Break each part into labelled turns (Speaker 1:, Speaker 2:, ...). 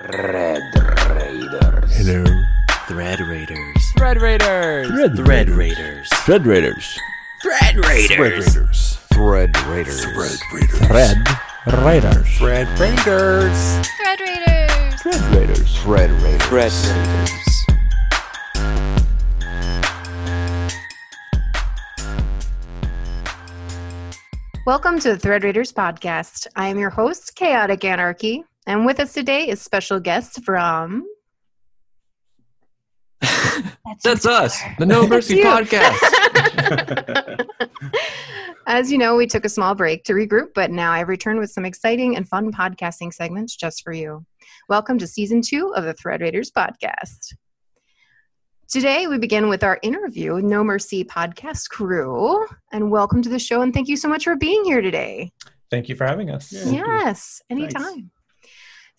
Speaker 1: Red Raiders.
Speaker 2: Hello.
Speaker 3: Thread Raiders.
Speaker 4: Thread Raiders.
Speaker 2: Thread,
Speaker 3: Thread Raiders.
Speaker 2: Thread Raiders.
Speaker 3: Thread Raiders.
Speaker 2: Raiders.
Speaker 1: Thread Raiders.
Speaker 2: Raiders. Thread Raiders.
Speaker 1: Thread Raiders.
Speaker 5: Thread Raiders.
Speaker 2: Thread Raiders.
Speaker 1: Thread Raiders.
Speaker 3: Thread Raiders.
Speaker 6: Welcome to the Thread Raiders podcast. I am your host, Chaotic Anarchy, and with us today is special guest from.
Speaker 4: That's us, the No
Speaker 6: That's
Speaker 4: Mercy
Speaker 6: you.
Speaker 4: Podcast.
Speaker 6: As you know, we took a small break to regroup, but now I've returned with some exciting and fun podcasting segments just for you. Welcome to season two of the Thread Raiders podcast. Today, we begin with our interview with No Mercy podcast crew. And welcome to the show, and thank you so much for being here today.
Speaker 7: Thank you for having us.
Speaker 2: Yeah. Thank you.
Speaker 6: Yes, anytime.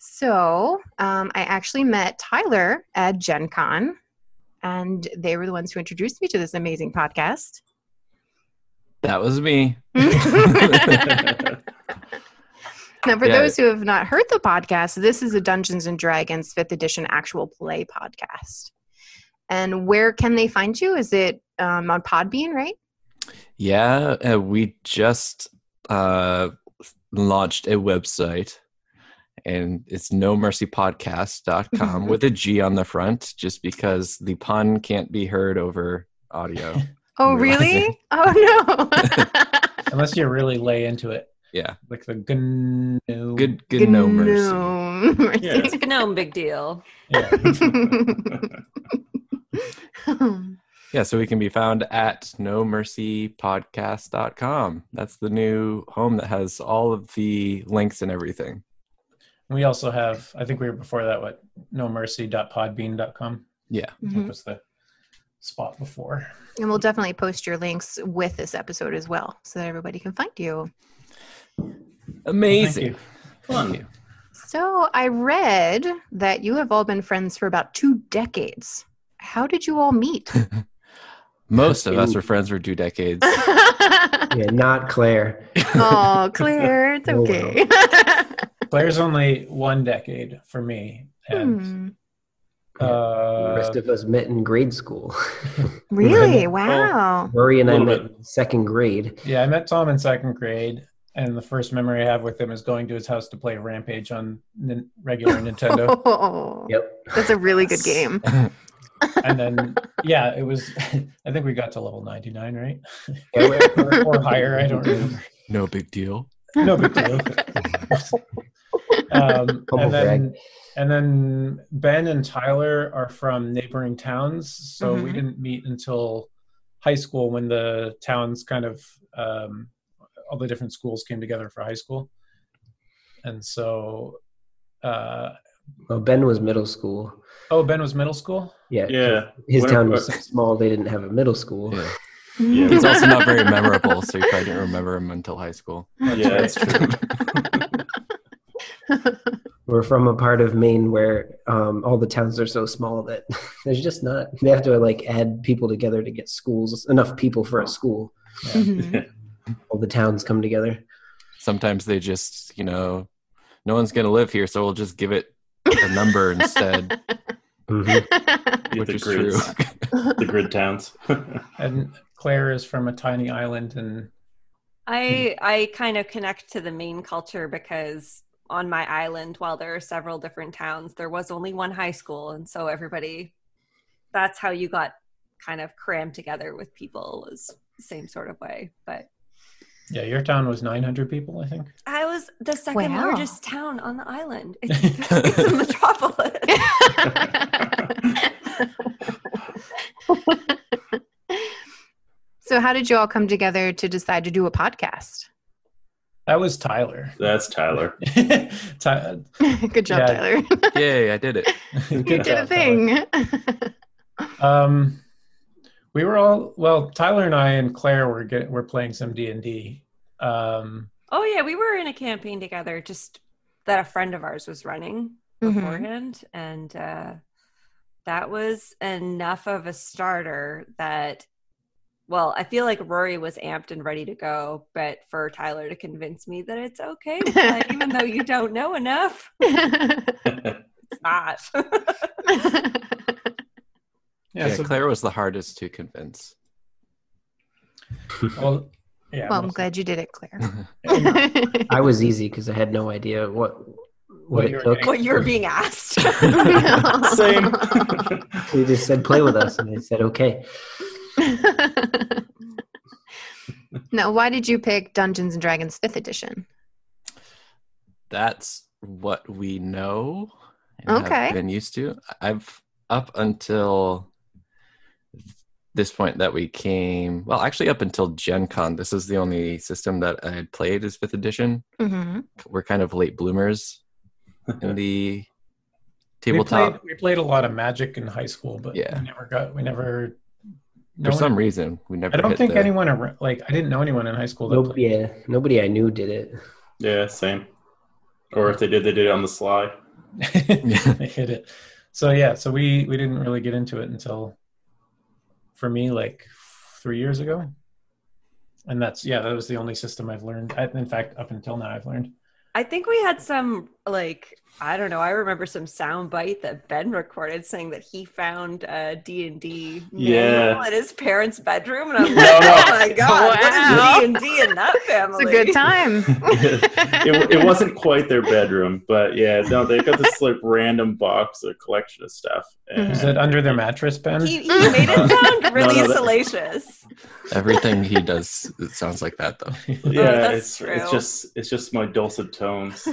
Speaker 6: So um, I actually met Tyler at Gen Con, and they were the ones who introduced me to this amazing podcast.
Speaker 4: that was me.
Speaker 6: Hmm? now, for
Speaker 4: Yeah.
Speaker 6: those who have not heard the podcast, this is a Dungeons and Dragons 5th edition actual play podcast. And where can they find you? Is it um, on Podbean, right?
Speaker 4: Yeah, uh, we just uh, launched a website, and it's nomercypodcast.com with a G on the front, just because the pun can't be heard over audio.
Speaker 6: Oh,
Speaker 4: Realizing.
Speaker 6: really? Oh, no.
Speaker 7: Unless you really lay into it,
Speaker 4: Yeah,
Speaker 7: like the GNU.
Speaker 4: good, good, no mercy.
Speaker 6: mercy.
Speaker 2: Yeah.
Speaker 8: It's a gnome big deal.
Speaker 7: Yeah.
Speaker 4: Yeah, so we can be found at nomercypodcast.com. That's the new home that has all of the links and everything.
Speaker 7: We also have, I think we were before that, what? Nomercy.podbean.com.
Speaker 4: Yeah.
Speaker 7: I
Speaker 6: Mhm.
Speaker 7: think was the spot before.
Speaker 6: And we'll definitely post your links with this episode as well so that everybody can find you.
Speaker 4: Amazing.
Speaker 7: Thank
Speaker 4: Thank
Speaker 7: you.
Speaker 4: you.
Speaker 6: So I read that you have all been friends for about two decades. How did you all meet?
Speaker 4: Most of us were friends for two decades.
Speaker 9: Yeah, not Claire.
Speaker 6: oh, Claire, it's
Speaker 9: Oh,
Speaker 6: okay.
Speaker 7: Claire's only one decade for me. And
Speaker 6: Hmm.
Speaker 7: uh,
Speaker 9: the rest of us met in grade school.
Speaker 6: Really? Wow.
Speaker 9: Murray and I
Speaker 2: Little
Speaker 9: met in second grade.
Speaker 7: yeah, I met Tom in second grade. And the first memory I have with him is going to his house to play Rampage on the regular Nintendo.
Speaker 6: Oh,
Speaker 9: Yep.
Speaker 6: That's a really good game.
Speaker 7: and then yeah it was i think we got to level 99 right
Speaker 9: Yeah,
Speaker 7: or, or higher i don't remember
Speaker 4: no big deal.
Speaker 7: no big deal um,
Speaker 9: Humble
Speaker 7: and then
Speaker 9: brag.
Speaker 7: and then ben and tyler are from neighboring towns so we
Speaker 6: Mhm.
Speaker 7: didn't meet until high school when the towns kind of um, all the different schools came together for high school and so uh,
Speaker 9: Well, Ben was middle school.
Speaker 7: oh ben was middle school
Speaker 9: Yeah.
Speaker 2: Yeah.
Speaker 9: His
Speaker 2: When-
Speaker 9: town was so small they didn't have a middle school.
Speaker 4: Yeah. He's also not very memorable, so you probably didn't remember him until high school.
Speaker 2: Yeah, that's true.
Speaker 9: We're from a part of Maine where um, all the towns are so small that there's just not. They have to like add people together to get schools enough people for a school.
Speaker 6: Mhm.
Speaker 9: All the towns come together.
Speaker 4: Sometimes they just, you know, no one's going to live here, so we'll just give it a number instead,
Speaker 9: Mhm.
Speaker 2: Yeah,
Speaker 4: which
Speaker 2: the
Speaker 4: is true.
Speaker 2: grids. The grid towns.
Speaker 7: and claire is from a tiny island and
Speaker 8: I I kind of connect to the main culture because on my island, while there are several different towns, there was only one high school, and so everybody that's how you got kind of crammed together with people was the same sort of way. But
Speaker 7: Yeah, your town was 900 people, I think.
Speaker 8: I was the second
Speaker 6: Wow.
Speaker 8: largest town on the island. It's, it's a metropolis.
Speaker 6: so, how did you all come together to decide to do a podcast?
Speaker 7: That was Tyler.
Speaker 2: That's Tyler.
Speaker 7: Ty-
Speaker 6: good job,
Speaker 7: Yeah.
Speaker 6: Tyler.
Speaker 4: Yay, I did it.
Speaker 7: good
Speaker 6: you did a
Speaker 7: job, Tyler.
Speaker 6: thing.
Speaker 7: Um, we were all well. Tyler and I and Claire were get, were playing some D and D. Um,
Speaker 8: Oh yeah, we were in a campaign together just that a friend of ours was running
Speaker 6: Mhm.
Speaker 8: beforehand and uh that was enough of a starter that well, I feel like Rory was amped and ready to go, but for Tyler to convince me that it's okay, to play, even though you don't know enough, it's not.
Speaker 7: Yeah.
Speaker 4: yeah,
Speaker 7: so,
Speaker 4: Claire was the hardest to convince.
Speaker 7: well, yeah.
Speaker 6: well, I'm
Speaker 7: most-
Speaker 6: glad you did it, Claire.
Speaker 7: and
Speaker 9: I was easy because I had no idea what
Speaker 7: What
Speaker 9: what it
Speaker 7: you were
Speaker 9: took.
Speaker 7: getting.
Speaker 8: what you're being asked.
Speaker 2: Same.
Speaker 9: They just said play with us, and I said okay.
Speaker 6: now, why did you pick Dungeons and Dragons 5th edition?
Speaker 4: That's what we know and
Speaker 6: Okay.
Speaker 4: have been used to. I've up until this point that we came well actually up until gen con this is the only system that i had played is fifth edition
Speaker 6: Mm-hmm.
Speaker 4: we're kind of late bloomers in the
Speaker 7: we,
Speaker 4: tabletop
Speaker 7: played, we played a lot of Magic in high school, but
Speaker 4: Yeah.
Speaker 7: we never got. We never.
Speaker 4: for
Speaker 7: No one-
Speaker 4: some reason we never
Speaker 7: I don't
Speaker 4: hit
Speaker 7: think
Speaker 4: the-
Speaker 7: anyone ar- like I didn't know anyone in high school that
Speaker 9: Nobody,
Speaker 7: played.
Speaker 9: yeah, nobody I knew did it.
Speaker 2: yeah, same. Or if they did, they did it on the sly.
Speaker 7: I hit it. So yeah, so we we didn't really get into it until, for me, like three years ago. And that's yeah, that was the only system I've learned. I, in fact, up until now, I've learned.
Speaker 8: I think we had some like I don't know. I remember some soundbite that Ben recorded saying that he found a D and D manual
Speaker 2: Yeah.
Speaker 8: in his parents' bedroom, and I'm like,
Speaker 2: No, no.
Speaker 8: oh my god,
Speaker 6: Wow.
Speaker 8: what is D and D in that
Speaker 6: It's
Speaker 8: family?
Speaker 6: a good time.
Speaker 2: it, it wasn't quite their bedroom, but yeah, no, they got this like random box, a collection of stuff. And
Speaker 7: Is it under their mattress, Ben?
Speaker 8: He, he made it sound really
Speaker 2: No, no, that-
Speaker 8: salacious.
Speaker 4: everything he does it sounds like that though
Speaker 8: Oh,
Speaker 2: yeah, it's,
Speaker 8: that's
Speaker 2: it's
Speaker 8: true.
Speaker 2: just it's just my dulcet tones.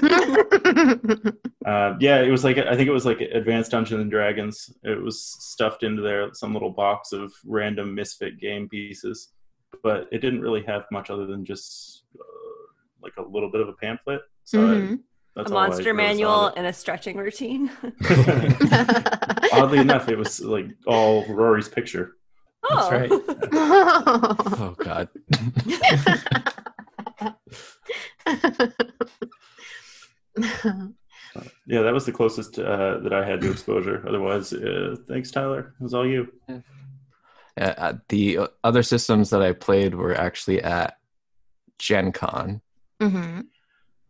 Speaker 2: Uh, yeah, it was like I think it was like Advanced Dungeons and Dragons. It was stuffed into there some little box of random misfit game pieces, but it didn't really have much other than just uh, like a little bit of a pamphlet. So I-
Speaker 6: Mhm.
Speaker 2: that's
Speaker 8: Mm-hmm. A
Speaker 2: all I
Speaker 8: monster
Speaker 2: really
Speaker 8: manual
Speaker 2: saw
Speaker 8: and a stretching routine.
Speaker 2: of it. Oddly enough, it was like all Rory's picture.
Speaker 8: oh,
Speaker 7: right.
Speaker 4: oh god
Speaker 6: Mm-hmm.
Speaker 2: Yeah, that was the closest uh, that I had to exposure. Otherwise, uh, thanks, Tyler. It was all you.
Speaker 4: Uh, uh, the uh, other systems that I played were actually at Gen Con.
Speaker 6: hmm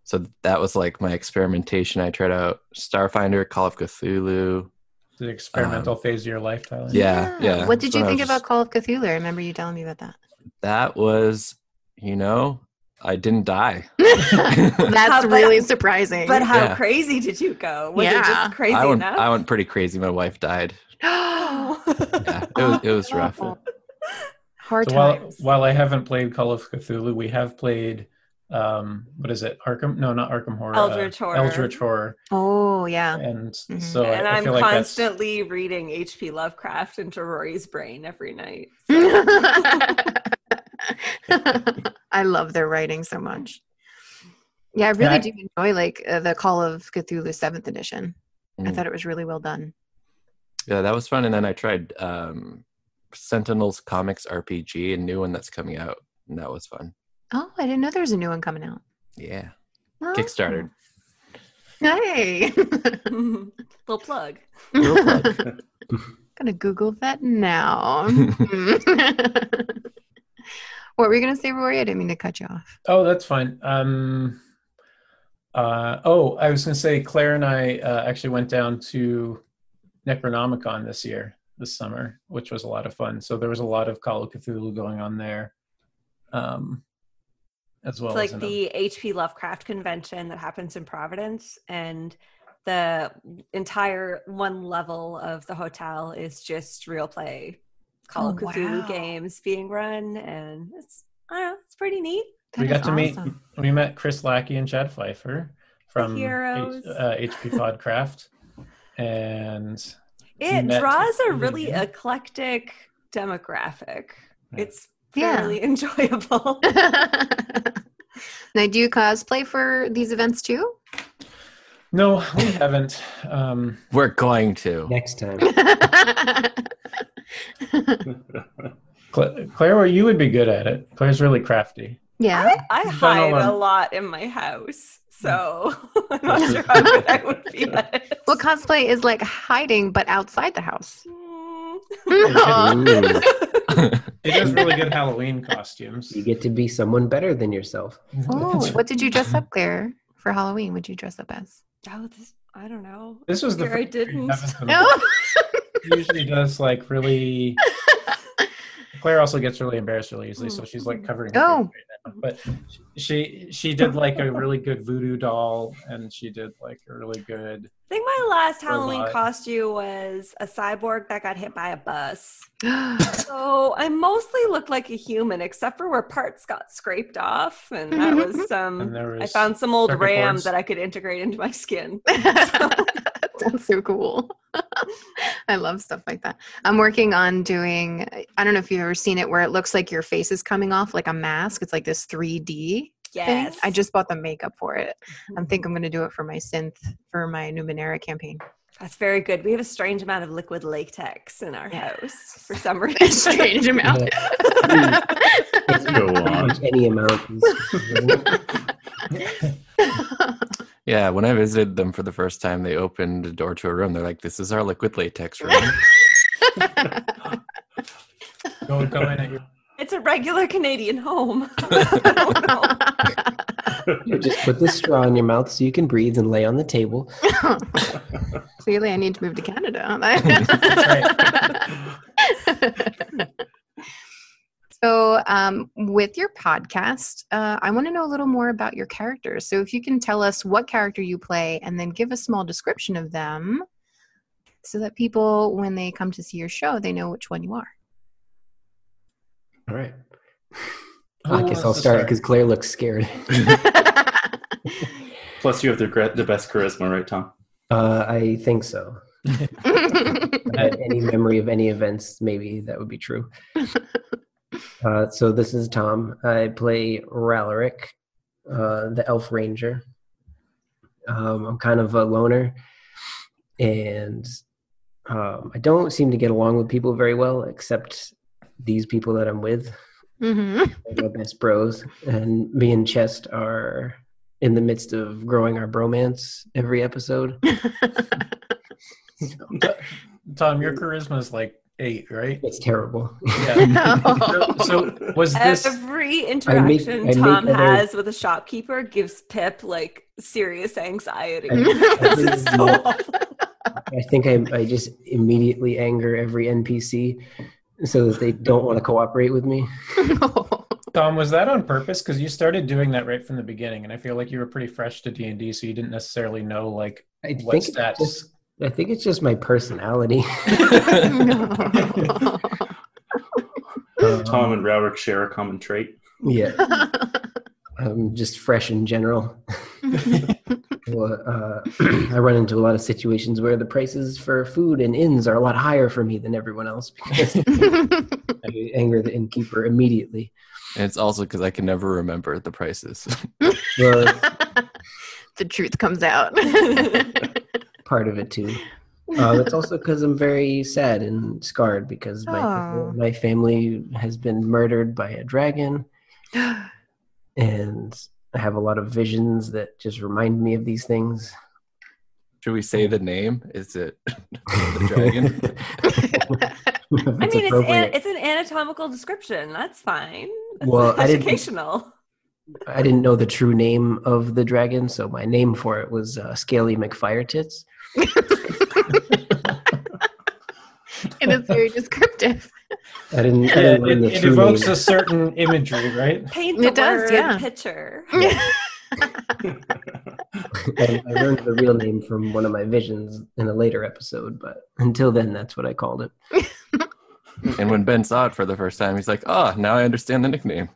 Speaker 4: So that was like my experimentation. I tried out Starfinder, Call of Cthulhu.
Speaker 7: the experimental phase of your life, Tyler.
Speaker 4: Yeah, yeah.
Speaker 6: What did
Speaker 4: So
Speaker 6: you
Speaker 4: I
Speaker 6: think
Speaker 4: was
Speaker 6: about
Speaker 4: just-
Speaker 6: Call of Cthulhu? I remember you telling me about that.
Speaker 4: That was, you know, I didn't die.
Speaker 6: That's
Speaker 8: But-
Speaker 6: really surprising.
Speaker 8: But how
Speaker 4: Yeah.
Speaker 8: crazy did you go? Was it
Speaker 6: Yeah.
Speaker 8: just crazy
Speaker 4: I went,
Speaker 8: enough?
Speaker 4: I went pretty crazy. My wife died. Yeah, it was, it was rough.
Speaker 6: Hard
Speaker 7: So while
Speaker 6: times.
Speaker 7: while I haven't played Call of Cthulhu, we have played. Um, what is it? Arkham? No, not Arkham Horror. uh,
Speaker 8: Eldritch Horror. Mm-hmm.
Speaker 7: Eldritch Horror.
Speaker 6: oh yeah.
Speaker 7: And
Speaker 6: Mhm.
Speaker 7: so Oh, I-
Speaker 8: and
Speaker 7: I,
Speaker 8: I'm
Speaker 7: feel like that's
Speaker 8: constantly reading H.P. Lovecraft into Rory's brain every night. So-
Speaker 6: I love their writing so much. Yeah, I really
Speaker 7: I-
Speaker 6: do enjoy like uh, the Call of Cthulhu Seventh Edition. I
Speaker 4: Mm.
Speaker 6: thought it was really well done.
Speaker 4: Yeah, that was fun. And then I tried um, Sentinels Comics RPG, a new one that's coming out. And that was fun.
Speaker 6: Oh, I didn't know there was a new one coming out.
Speaker 4: Yeah.
Speaker 6: Oh.
Speaker 4: Kickstarter.
Speaker 6: Hey.
Speaker 8: Little plug.
Speaker 4: Little
Speaker 6: Gonna Google that now. what were you gonna say, Rory? I didn't mean to cut you off.
Speaker 7: Oh, that's fine. Um, uh, oh, I was going to say Claire and I uh, actually went down to Necronomicon this year, this summer, which was a lot of fun. So there was a lot of Call of Cthulhu going on there, um, as well
Speaker 8: It's like
Speaker 7: as another-
Speaker 8: the H.P. Lovecraft convention that happens in Providence, and the entire one level of the hotel is just real play Call of
Speaker 6: Oh,
Speaker 8: Cthulhu
Speaker 6: wow.
Speaker 8: games being run, and it's I don't know, it's pretty neat.
Speaker 6: That
Speaker 7: we
Speaker 6: is
Speaker 7: got to meet
Speaker 6: awesome.
Speaker 7: we met Chris Lackey and Chad Pfeiffer from H-
Speaker 8: heroes.
Speaker 7: uh, HP Podcraft, and
Speaker 8: It
Speaker 7: met
Speaker 8: draws a
Speaker 7: Ian
Speaker 8: really
Speaker 7: Gillan.
Speaker 8: eclectic demographic.
Speaker 7: Yeah.
Speaker 8: It's
Speaker 6: Yeah.
Speaker 8: fairly enjoyable.
Speaker 6: now, do you cosplay for these events too?
Speaker 7: no, we haven't. Um,
Speaker 4: We're going to.
Speaker 9: Next time,
Speaker 7: Cla- Claire, where you would be good at it. Claire's really crafty.
Speaker 6: yeah.
Speaker 8: I
Speaker 7: You've done Mm. all
Speaker 8: hide a
Speaker 7: them.
Speaker 8: lot in my house, so I'm not sure how good I would be at it.
Speaker 6: Well, cosplay is like hiding, but outside the house.
Speaker 8: Mm,
Speaker 6: Aw.
Speaker 7: It does really good Halloween costumes.
Speaker 9: you get to be someone better than yourself.
Speaker 6: oh, what did you dress up, Claire, for Halloween? Would you dress up as?
Speaker 8: just oh this I don't know.
Speaker 7: This was the
Speaker 8: Here I
Speaker 7: first grade
Speaker 8: didn't.
Speaker 7: Evans in a
Speaker 6: No.
Speaker 7: She usually does like really. Claire also gets really embarrassed really easily, so she's like covering. her
Speaker 6: Oh.
Speaker 7: face right now. But she she did like a really good voodoo doll, and she did like a really good.
Speaker 8: I think my last Halloween
Speaker 7: lot.
Speaker 8: costume was a cyborg that got hit by a bus. So I mostly looked like a human, except for where parts got scraped off, and that
Speaker 6: Mm-hmm.
Speaker 8: was
Speaker 7: And
Speaker 8: some.
Speaker 7: there was
Speaker 8: I found some old
Speaker 7: circuit
Speaker 8: RAM
Speaker 7: boards.
Speaker 8: that I could integrate into my skin.
Speaker 6: That's so cool. I love stuff like that. I'm working on doing, I don't know if you've ever seen it where it looks like your face is coming off like a mask. It's like this 3D thing.
Speaker 8: Yes,
Speaker 6: I just bought the makeup for it. I think I'm going to do it for my synth, for my Numenera campaign.
Speaker 8: that's very good. We have a strange amount of liquid latex in our house for some reason.
Speaker 6: Strange amount.
Speaker 2: Go
Speaker 6: Oh.
Speaker 2: on.
Speaker 9: Any amount.
Speaker 4: Yeah, when I visited them for the first time, they opened the door to a room. They're like, "This is our liquid latex room."
Speaker 7: go go in at your
Speaker 8: it's a regular Canadian home. I don't know.
Speaker 9: You just put this straw in your mouth so you can breathe and lay on the table.
Speaker 6: Clearly, I need to move to Canada. so, um, with your podcast, uh, I want to know a little more about your characters. So, if you can tell us what character you play and then give a small description of them so that people, when they come to see your show, they know which one you are.
Speaker 9: All right.
Speaker 7: Who
Speaker 9: I
Speaker 7: wants
Speaker 9: guess I'll
Speaker 7: to
Speaker 9: start because Claire looks scared.
Speaker 2: Plus, you have the, gra- the best charisma, right, Tom?
Speaker 9: Uh, I think so. I had any memory of any events, maybe that would be true. Uh, so this is Tom. I play Ralaric, uh, the Elf Ranger. Um, I'm kind of a loner, and um, I don't seem to get along with people very well, except these people that I'm with.
Speaker 8: Mm-hmm.
Speaker 6: Mhm.
Speaker 9: They're my best bros, and me and Chest are in the midst of growing our bromance every episode.
Speaker 7: Tom. Your charisma is like eight, right?
Speaker 9: It's Mm. terrible.
Speaker 7: Yeah. so, so was this?
Speaker 8: Every
Speaker 9: make-
Speaker 8: interaction
Speaker 9: I make
Speaker 8: Tom
Speaker 9: other-
Speaker 8: has with a shopkeeper gives Pip like serious anxiety.
Speaker 9: I-
Speaker 8: This is so awful.
Speaker 9: I think I, I just immediately anger every NPC so that they don't want to cooperate with me.
Speaker 7: Tom, was that on purpose? Because you started doing that right from the beginning, and I feel like you were pretty fresh to D and D, so you didn't necessarily know like
Speaker 9: I
Speaker 7: What
Speaker 9: think
Speaker 7: stats?
Speaker 9: It's just, I think it's just my personality.
Speaker 6: No.
Speaker 2: Tom and Rowrick share a common trait.
Speaker 9: yeah, I'm just fresh in general. Well, uh, I run into a lot of situations where the prices for food and inns are a lot higher for me than everyone else because I anger the innkeeper immediately.
Speaker 4: and it's also because I can never remember the prices.
Speaker 9: Well,
Speaker 6: the truth comes out.
Speaker 9: part of it too. Um, it's also because I'm very sad and scarred because my
Speaker 6: Aw.
Speaker 9: my family has been murdered by a dragon, and I have a lot of visions that just remind me of these things.
Speaker 4: Should we say the name? Is it the dragon?
Speaker 8: I mean, it's an, it's an anatomical description. That's fine. That's
Speaker 9: Well, I didn't-
Speaker 8: educational.
Speaker 9: I didn't know the true name of the dragon, so my name for it was uh, Scaly McFire Tits.
Speaker 6: it is very descriptive.
Speaker 9: I didn't. I
Speaker 7: Yeah,
Speaker 9: didn't
Speaker 7: it,
Speaker 9: learn the
Speaker 7: it
Speaker 9: true
Speaker 7: evokes
Speaker 9: name.
Speaker 7: a certain imagery, right?
Speaker 8: Paint the
Speaker 6: It does,
Speaker 8: word
Speaker 6: yeah. Mm-hmm.
Speaker 8: picture.
Speaker 9: I, I learned the real name from one of my visions in a later episode, but until then, that's what I called it.
Speaker 4: and when Ben saw it for the first time, he's like, "Oh, now I understand the nickname."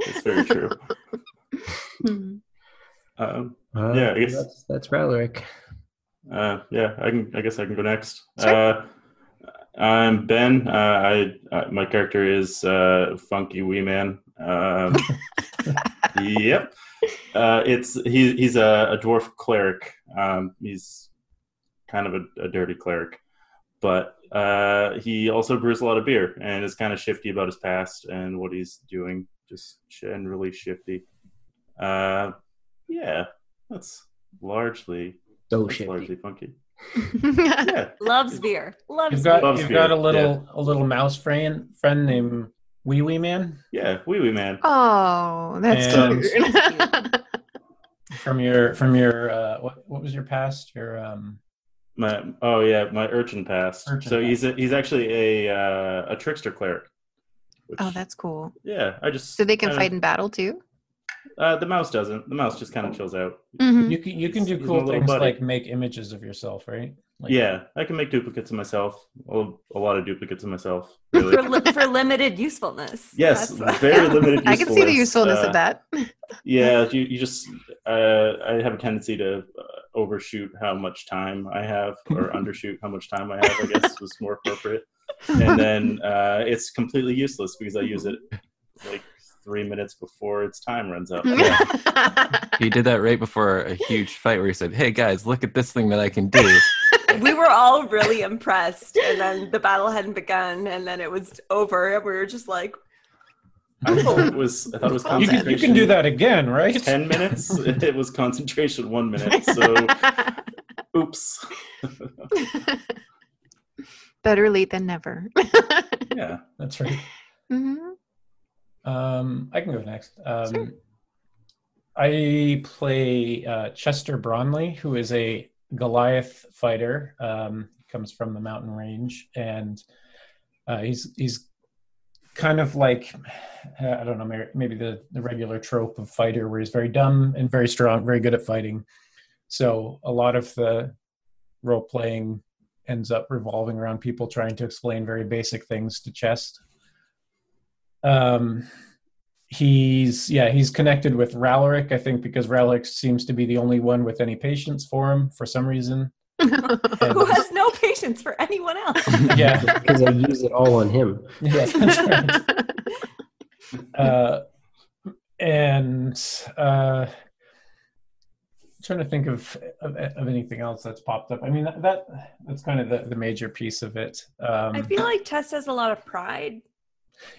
Speaker 2: It's very true. Um,
Speaker 9: Uh,
Speaker 2: Yeah, I guess-
Speaker 9: that's that's Ralaric.
Speaker 2: Uh, yeah, I can. I guess I can go next. Uh, I'm Ben. Uh, I uh, my character is uh, Funky Wee Man. Um, yep. Uh, it's he, he's a, a dwarf cleric. Um, he's kind of a, a dirty cleric, but uh, he also brews a lot of beer and is kind of shifty about his past and what he's doing. Just generally shifty. Uh, yeah, that's largely
Speaker 9: So
Speaker 2: that's
Speaker 9: shifty.
Speaker 2: largely funky.
Speaker 6: That's
Speaker 2: Yeah.
Speaker 8: Loves beer. Loves
Speaker 7: You've got
Speaker 2: Loves
Speaker 7: you've got a
Speaker 2: beer,
Speaker 7: little a little mouse friend friend named Wee Wee Man.
Speaker 8: Oh.
Speaker 2: Yeah. Wee Wee Man.
Speaker 6: Oh, that's
Speaker 7: And-
Speaker 6: cute.
Speaker 7: from your from your uh, what what was your past? Your um,
Speaker 2: My oh yeah, my urchin past.
Speaker 7: Urchin
Speaker 2: so
Speaker 7: past.
Speaker 2: he's a, he's actually a uh, a trickster cleric. Which,
Speaker 6: Oh, that's cool.
Speaker 2: yeah. I just
Speaker 6: So they can
Speaker 2: kinda-
Speaker 6: fight in battle too.
Speaker 2: Uh, the mouse doesn't. The mouse just kind of chills out.
Speaker 6: Mhm.
Speaker 7: you can you can
Speaker 2: He's-
Speaker 7: do
Speaker 2: he's my
Speaker 7: cool
Speaker 2: little
Speaker 7: things
Speaker 2: buddy.
Speaker 7: like make images of yourself, right? Like,
Speaker 2: yeah, I can make duplicates of myself. A, a lot of duplicates of myself. Really.
Speaker 8: for, li- for limited usefulness.
Speaker 2: yes,
Speaker 8: That's-
Speaker 2: very
Speaker 6: Yeah.
Speaker 2: limited.
Speaker 6: I can see the usefulness
Speaker 2: Uh,
Speaker 6: of that.
Speaker 2: Yeah, you, you just uh, I have a tendency to uh, overshoot how much time I have, or undershoot how much time I have. I guess was more appropriate. And then uh, it's completely useless because I use it like three minutes before its time runs out.
Speaker 4: He did that right before a huge fight where he said, "Hey guys, look at this thing that I can do."
Speaker 8: we were all really impressed, and then the battle hadn't begun, and then it was over, and we were just like,
Speaker 2: I thought it was I thought it was
Speaker 7: you
Speaker 2: concentration.
Speaker 7: can you can do that again, right?
Speaker 2: Ten minutes. It was concentration one minute. So oops.
Speaker 6: Better late than never.
Speaker 2: Yeah.
Speaker 7: That's right.
Speaker 6: Mhm.
Speaker 7: Um, I can go next. Um,
Speaker 6: Sure.
Speaker 7: I play uh, Chester Bromley, who is a Goliath fighter. Um, comes from the mountain range, and uh, he's he's kind of like uh, I don't know, may- maybe the the regular trope of fighter, where he's very dumb and very strong, very good at fighting. So a lot of the role playing ends up revolving around people trying to explain very basic things to chess um he's yeah he's connected with ralaric i think because ralaric seems to be the only one with any patience for him for some reason And-
Speaker 8: "Who has no patience for anyone else?"
Speaker 7: yeah
Speaker 9: because I use it all on him.
Speaker 7: yeah that's right. uh and uh trying to think of, of of anything else that's popped up i mean that, that that's kind of the, the major piece of it um
Speaker 8: I feel like Tess has a lot of pride,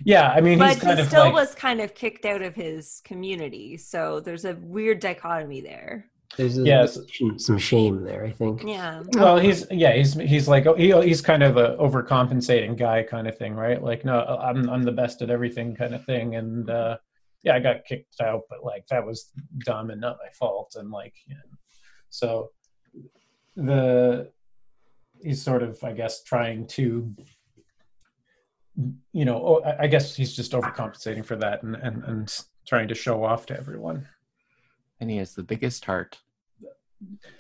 Speaker 7: yeah i mean
Speaker 8: but
Speaker 7: he's kind
Speaker 8: he
Speaker 7: of
Speaker 8: still
Speaker 7: like,
Speaker 8: was kind of kicked out of his community, so there's a weird dichotomy there.
Speaker 9: There's a,
Speaker 7: Yes.
Speaker 9: some shame there, I think.
Speaker 8: Yeah,
Speaker 7: Well, he's yeah, he's he's like he, he's kind of a overcompensating guy kind of thing, right? Like no, I'm I'm the best at everything kind of thing, and uh, yeah, I got kicked out, but like that was dumb and not my fault, and like yeah. so the he's sort of I guess trying to you know oh, I- I guess he's just overcompensating for that and and and trying to show off to everyone.
Speaker 4: and he has the biggest heart.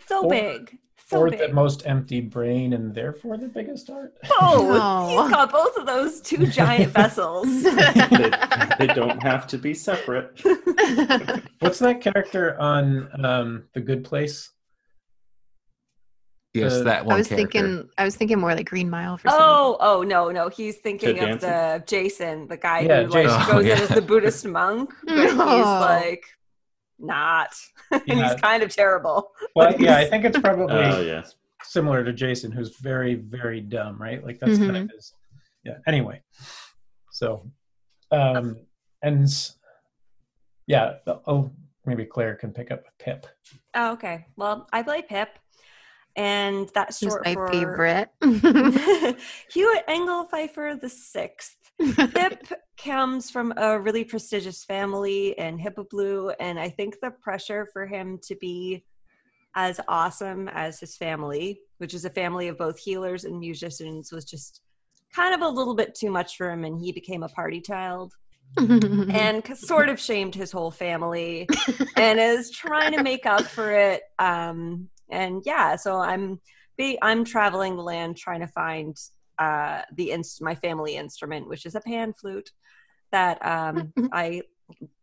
Speaker 8: so
Speaker 7: Or-
Speaker 8: big, so
Speaker 7: or
Speaker 8: big.
Speaker 7: the most empty brain, and therefore the biggest heart.
Speaker 8: oh,
Speaker 6: No.
Speaker 8: he's got both of those two giant vessels.
Speaker 2: They, they don't have to be separate.
Speaker 7: What's that character on um, The Good Place?
Speaker 4: Yes,
Speaker 7: Uh,
Speaker 4: that one.
Speaker 6: I was
Speaker 4: character.
Speaker 6: thinking. I was thinking more like Green Mile for some.
Speaker 8: Oh, oh no, no. He's thinking
Speaker 2: Ted
Speaker 8: of the Jason, the guy
Speaker 7: Yeah,
Speaker 8: who like
Speaker 4: Jason.
Speaker 8: goes
Speaker 4: Oh, yeah.
Speaker 8: in as the Buddhist monk, but
Speaker 6: No.
Speaker 8: he's like not, and
Speaker 7: Yeah.
Speaker 8: he's kind of terrible.
Speaker 7: Well, yeah, I think it's probably
Speaker 2: Oh yeah.
Speaker 7: similar to Jason, who's very, very dumb, right? Like that's kind of
Speaker 6: Mm-hmm.
Speaker 7: his. Yeah. Anyway, so, um, and s- yeah, oh, maybe Claire can pick up Pip.
Speaker 8: Oh, okay. Well, I play Pip, and that's
Speaker 6: He's
Speaker 8: short
Speaker 6: my
Speaker 8: for
Speaker 6: favorite.
Speaker 8: Hewitt Engel Pfeiffer the sixth. Pip comes from a really prestigious family in Hippoblu, and I think the pressure for him to be as awesome as his family, which is a family of both healers and musicians, was just kind of a little bit too much for him, and he became a party child and c- sort of shamed his whole family and is trying to make up for it. Um, and yeah, so I'm be I'm traveling the land trying to find uh, the inst- my family instrument, which is a pan flute that um, I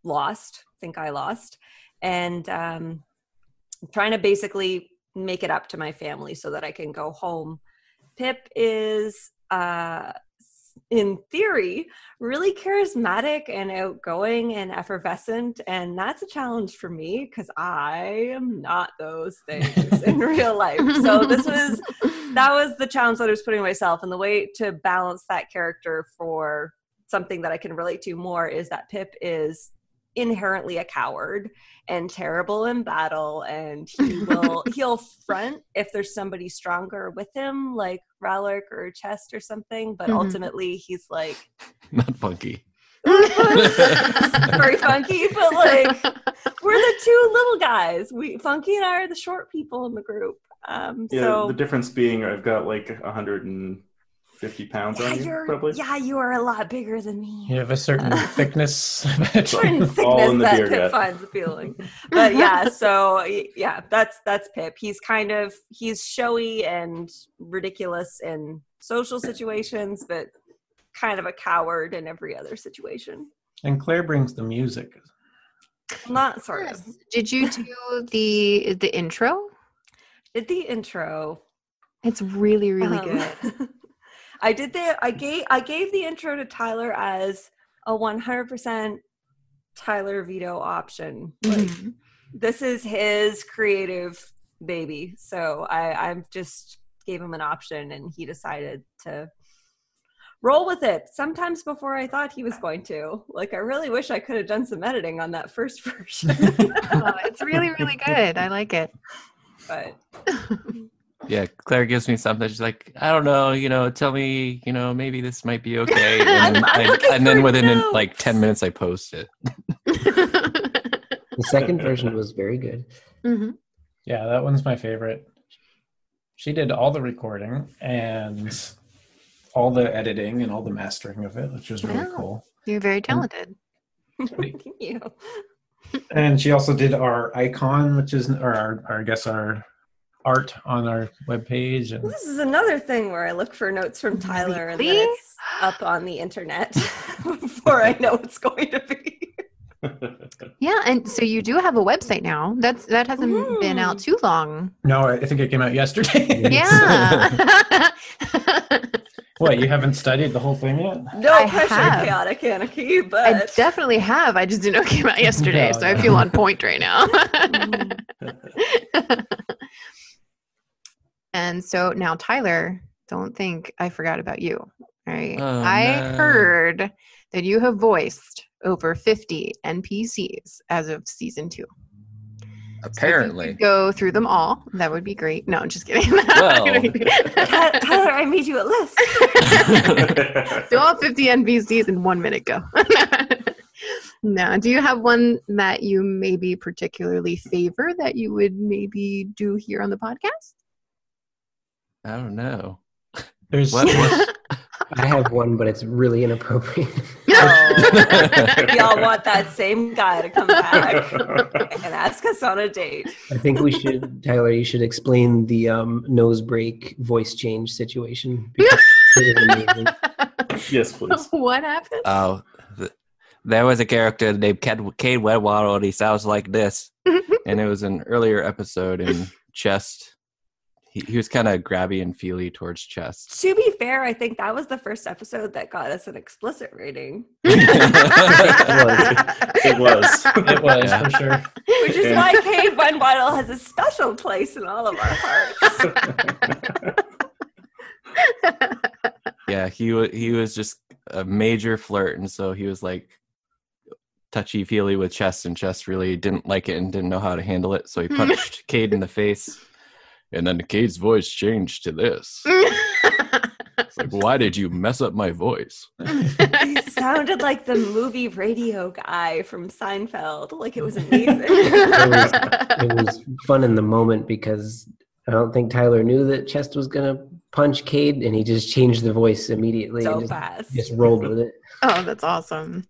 Speaker 8: lost. Think I lost, and um, trying to basically make it up to my family so that I can go home. Pip is. Uh, s- in theory, really charismatic and outgoing and effervescent. And that's a challenge for me because I am not those things in real life. So this was that was the challenge that I was putting myself. And the way to balance that character for something that I can relate to more is that Pip is inherently a coward and terrible in battle and he will he'll front if there's somebody stronger with him like Rallark or Chest or something but
Speaker 6: Mhm.
Speaker 8: ultimately he's like
Speaker 4: not funky.
Speaker 8: very funky, but like we're the two little guys. We funky and I are the short people in the group. Um,
Speaker 2: Yeah,
Speaker 8: so
Speaker 2: the difference being I've got like 150 pounds
Speaker 8: yeah,
Speaker 2: on you,
Speaker 8: you're,
Speaker 2: probably.
Speaker 8: yeah, you are a lot bigger than me.
Speaker 7: You have a certain thickness.
Speaker 8: We're in
Speaker 7: Imagine.
Speaker 2: All
Speaker 8: sickness
Speaker 2: in the
Speaker 8: that
Speaker 2: beer
Speaker 8: Pip
Speaker 2: gut.
Speaker 8: finds appealing. But yeah, so y- yeah, that's that's Pip. He's kind of he's showy and ridiculous in social situations, but kind of a coward in every other situation.
Speaker 7: and Claire brings the music.
Speaker 8: Not sort of.
Speaker 6: Yes. Did you do the the intro?
Speaker 8: Did the intro
Speaker 6: It's really really
Speaker 8: Um,
Speaker 6: good.
Speaker 8: I did the I gave I gave the intro to Tyler as a 100% Tyler Vito option. Like,
Speaker 6: Mhm.
Speaker 8: this is his creative baby. So I I just gave him an option and he decided to roll with it. Sometimes before I thought he was going to. Like I really wish I could have done some editing on that first version.
Speaker 6: Oh, it's really really good. I like it.
Speaker 8: but
Speaker 4: Yeah, Claire gives me something. She's like, I don't know, you know, tell me, you know, maybe this might be okay. And,
Speaker 8: I'm- I'm
Speaker 4: I-
Speaker 8: looking
Speaker 4: and then
Speaker 8: for
Speaker 4: within
Speaker 8: notes.
Speaker 4: like 10 minutes, I post it.
Speaker 9: The second version was very good.
Speaker 6: Mhm.
Speaker 7: Yeah, that one's my favorite. She did all the recording and all the editing and all the mastering of it, which was really
Speaker 6: Wow.
Speaker 7: cool.
Speaker 6: You're
Speaker 4: Mm.
Speaker 6: very talented.
Speaker 8: thank you.
Speaker 7: And she also did our icon, which is or our, our I guess our art on our webpage. And
Speaker 8: This is another thing where I look for notes from Tyler and then
Speaker 6: Really?
Speaker 8: it's up on the internet before I know it's going to be.
Speaker 6: Yeah, and so you do have a website now. That's that hasn't been out
Speaker 8: Mm.
Speaker 6: too long.
Speaker 7: no, I think it came out yesterday.
Speaker 6: Yeah.
Speaker 7: what you haven't studied the whole thing yet?
Speaker 8: No
Speaker 6: I
Speaker 8: pressure,
Speaker 6: have.
Speaker 8: chaotic anarchy,
Speaker 6: I
Speaker 8: but
Speaker 6: definitely have. I just didn't know it came out yesterday,
Speaker 7: No,
Speaker 6: so I
Speaker 7: no.
Speaker 6: feel on point right now.
Speaker 8: Mm.
Speaker 6: and so now, Tyler, don't think I forgot about you. All right.
Speaker 4: Oh,
Speaker 6: I
Speaker 4: no.
Speaker 6: heard that you have voiced over 50 NPCs as of season two. So if you could
Speaker 4: Apparently.
Speaker 6: go through them all. That would be great. No, I'm just kidding.
Speaker 4: Well.
Speaker 8: Ty- Tyler, I made you a list.
Speaker 6: Do all 50 NPCs in one minute go. no. Do you have one that you maybe particularly favor that you would maybe do here on the podcast?
Speaker 4: I don't know.
Speaker 7: There's
Speaker 4: What? what-
Speaker 9: I have one, but it's really inappropriate.
Speaker 8: Oh. Y'all want that same guy to come back and ask us on a date.
Speaker 9: I think we should, Tyler, you should explain the um, nose break voice change situation. because it is amazing.
Speaker 2: yes, please.
Speaker 6: what happened?
Speaker 4: Oh, th- there was a character named Cad- Cade Wedwaddle, and he sounds like this. and it was an earlier episode in Chest. He, he was kind of grabby and feely towards Chest.
Speaker 8: To be fair, I think that was the first episode that got us an explicit rating,
Speaker 2: It was.
Speaker 7: it was
Speaker 4: Yeah.
Speaker 7: for sure.
Speaker 8: which is
Speaker 2: Yeah.
Speaker 8: why Cave One Bottle has a special place in all of our hearts.
Speaker 4: Yeah, he was he was just a major flirt, and so he was like touchy feely with Chest, and Chest really didn't like it and didn't know how to handle it, so he punched Cade in the face. And then Cade's voice changed to this. It's like, why did you mess up my voice?
Speaker 8: He sounded like the movie radio guy from Seinfeld. Like it was amazing.
Speaker 9: it was fun in the moment because I don't think Tyler knew that Chest was gonna punch Cade, and he just changed the voice immediately
Speaker 8: so
Speaker 9: and just,
Speaker 8: fast.
Speaker 9: just rolled with it.
Speaker 6: oh, that's awesome.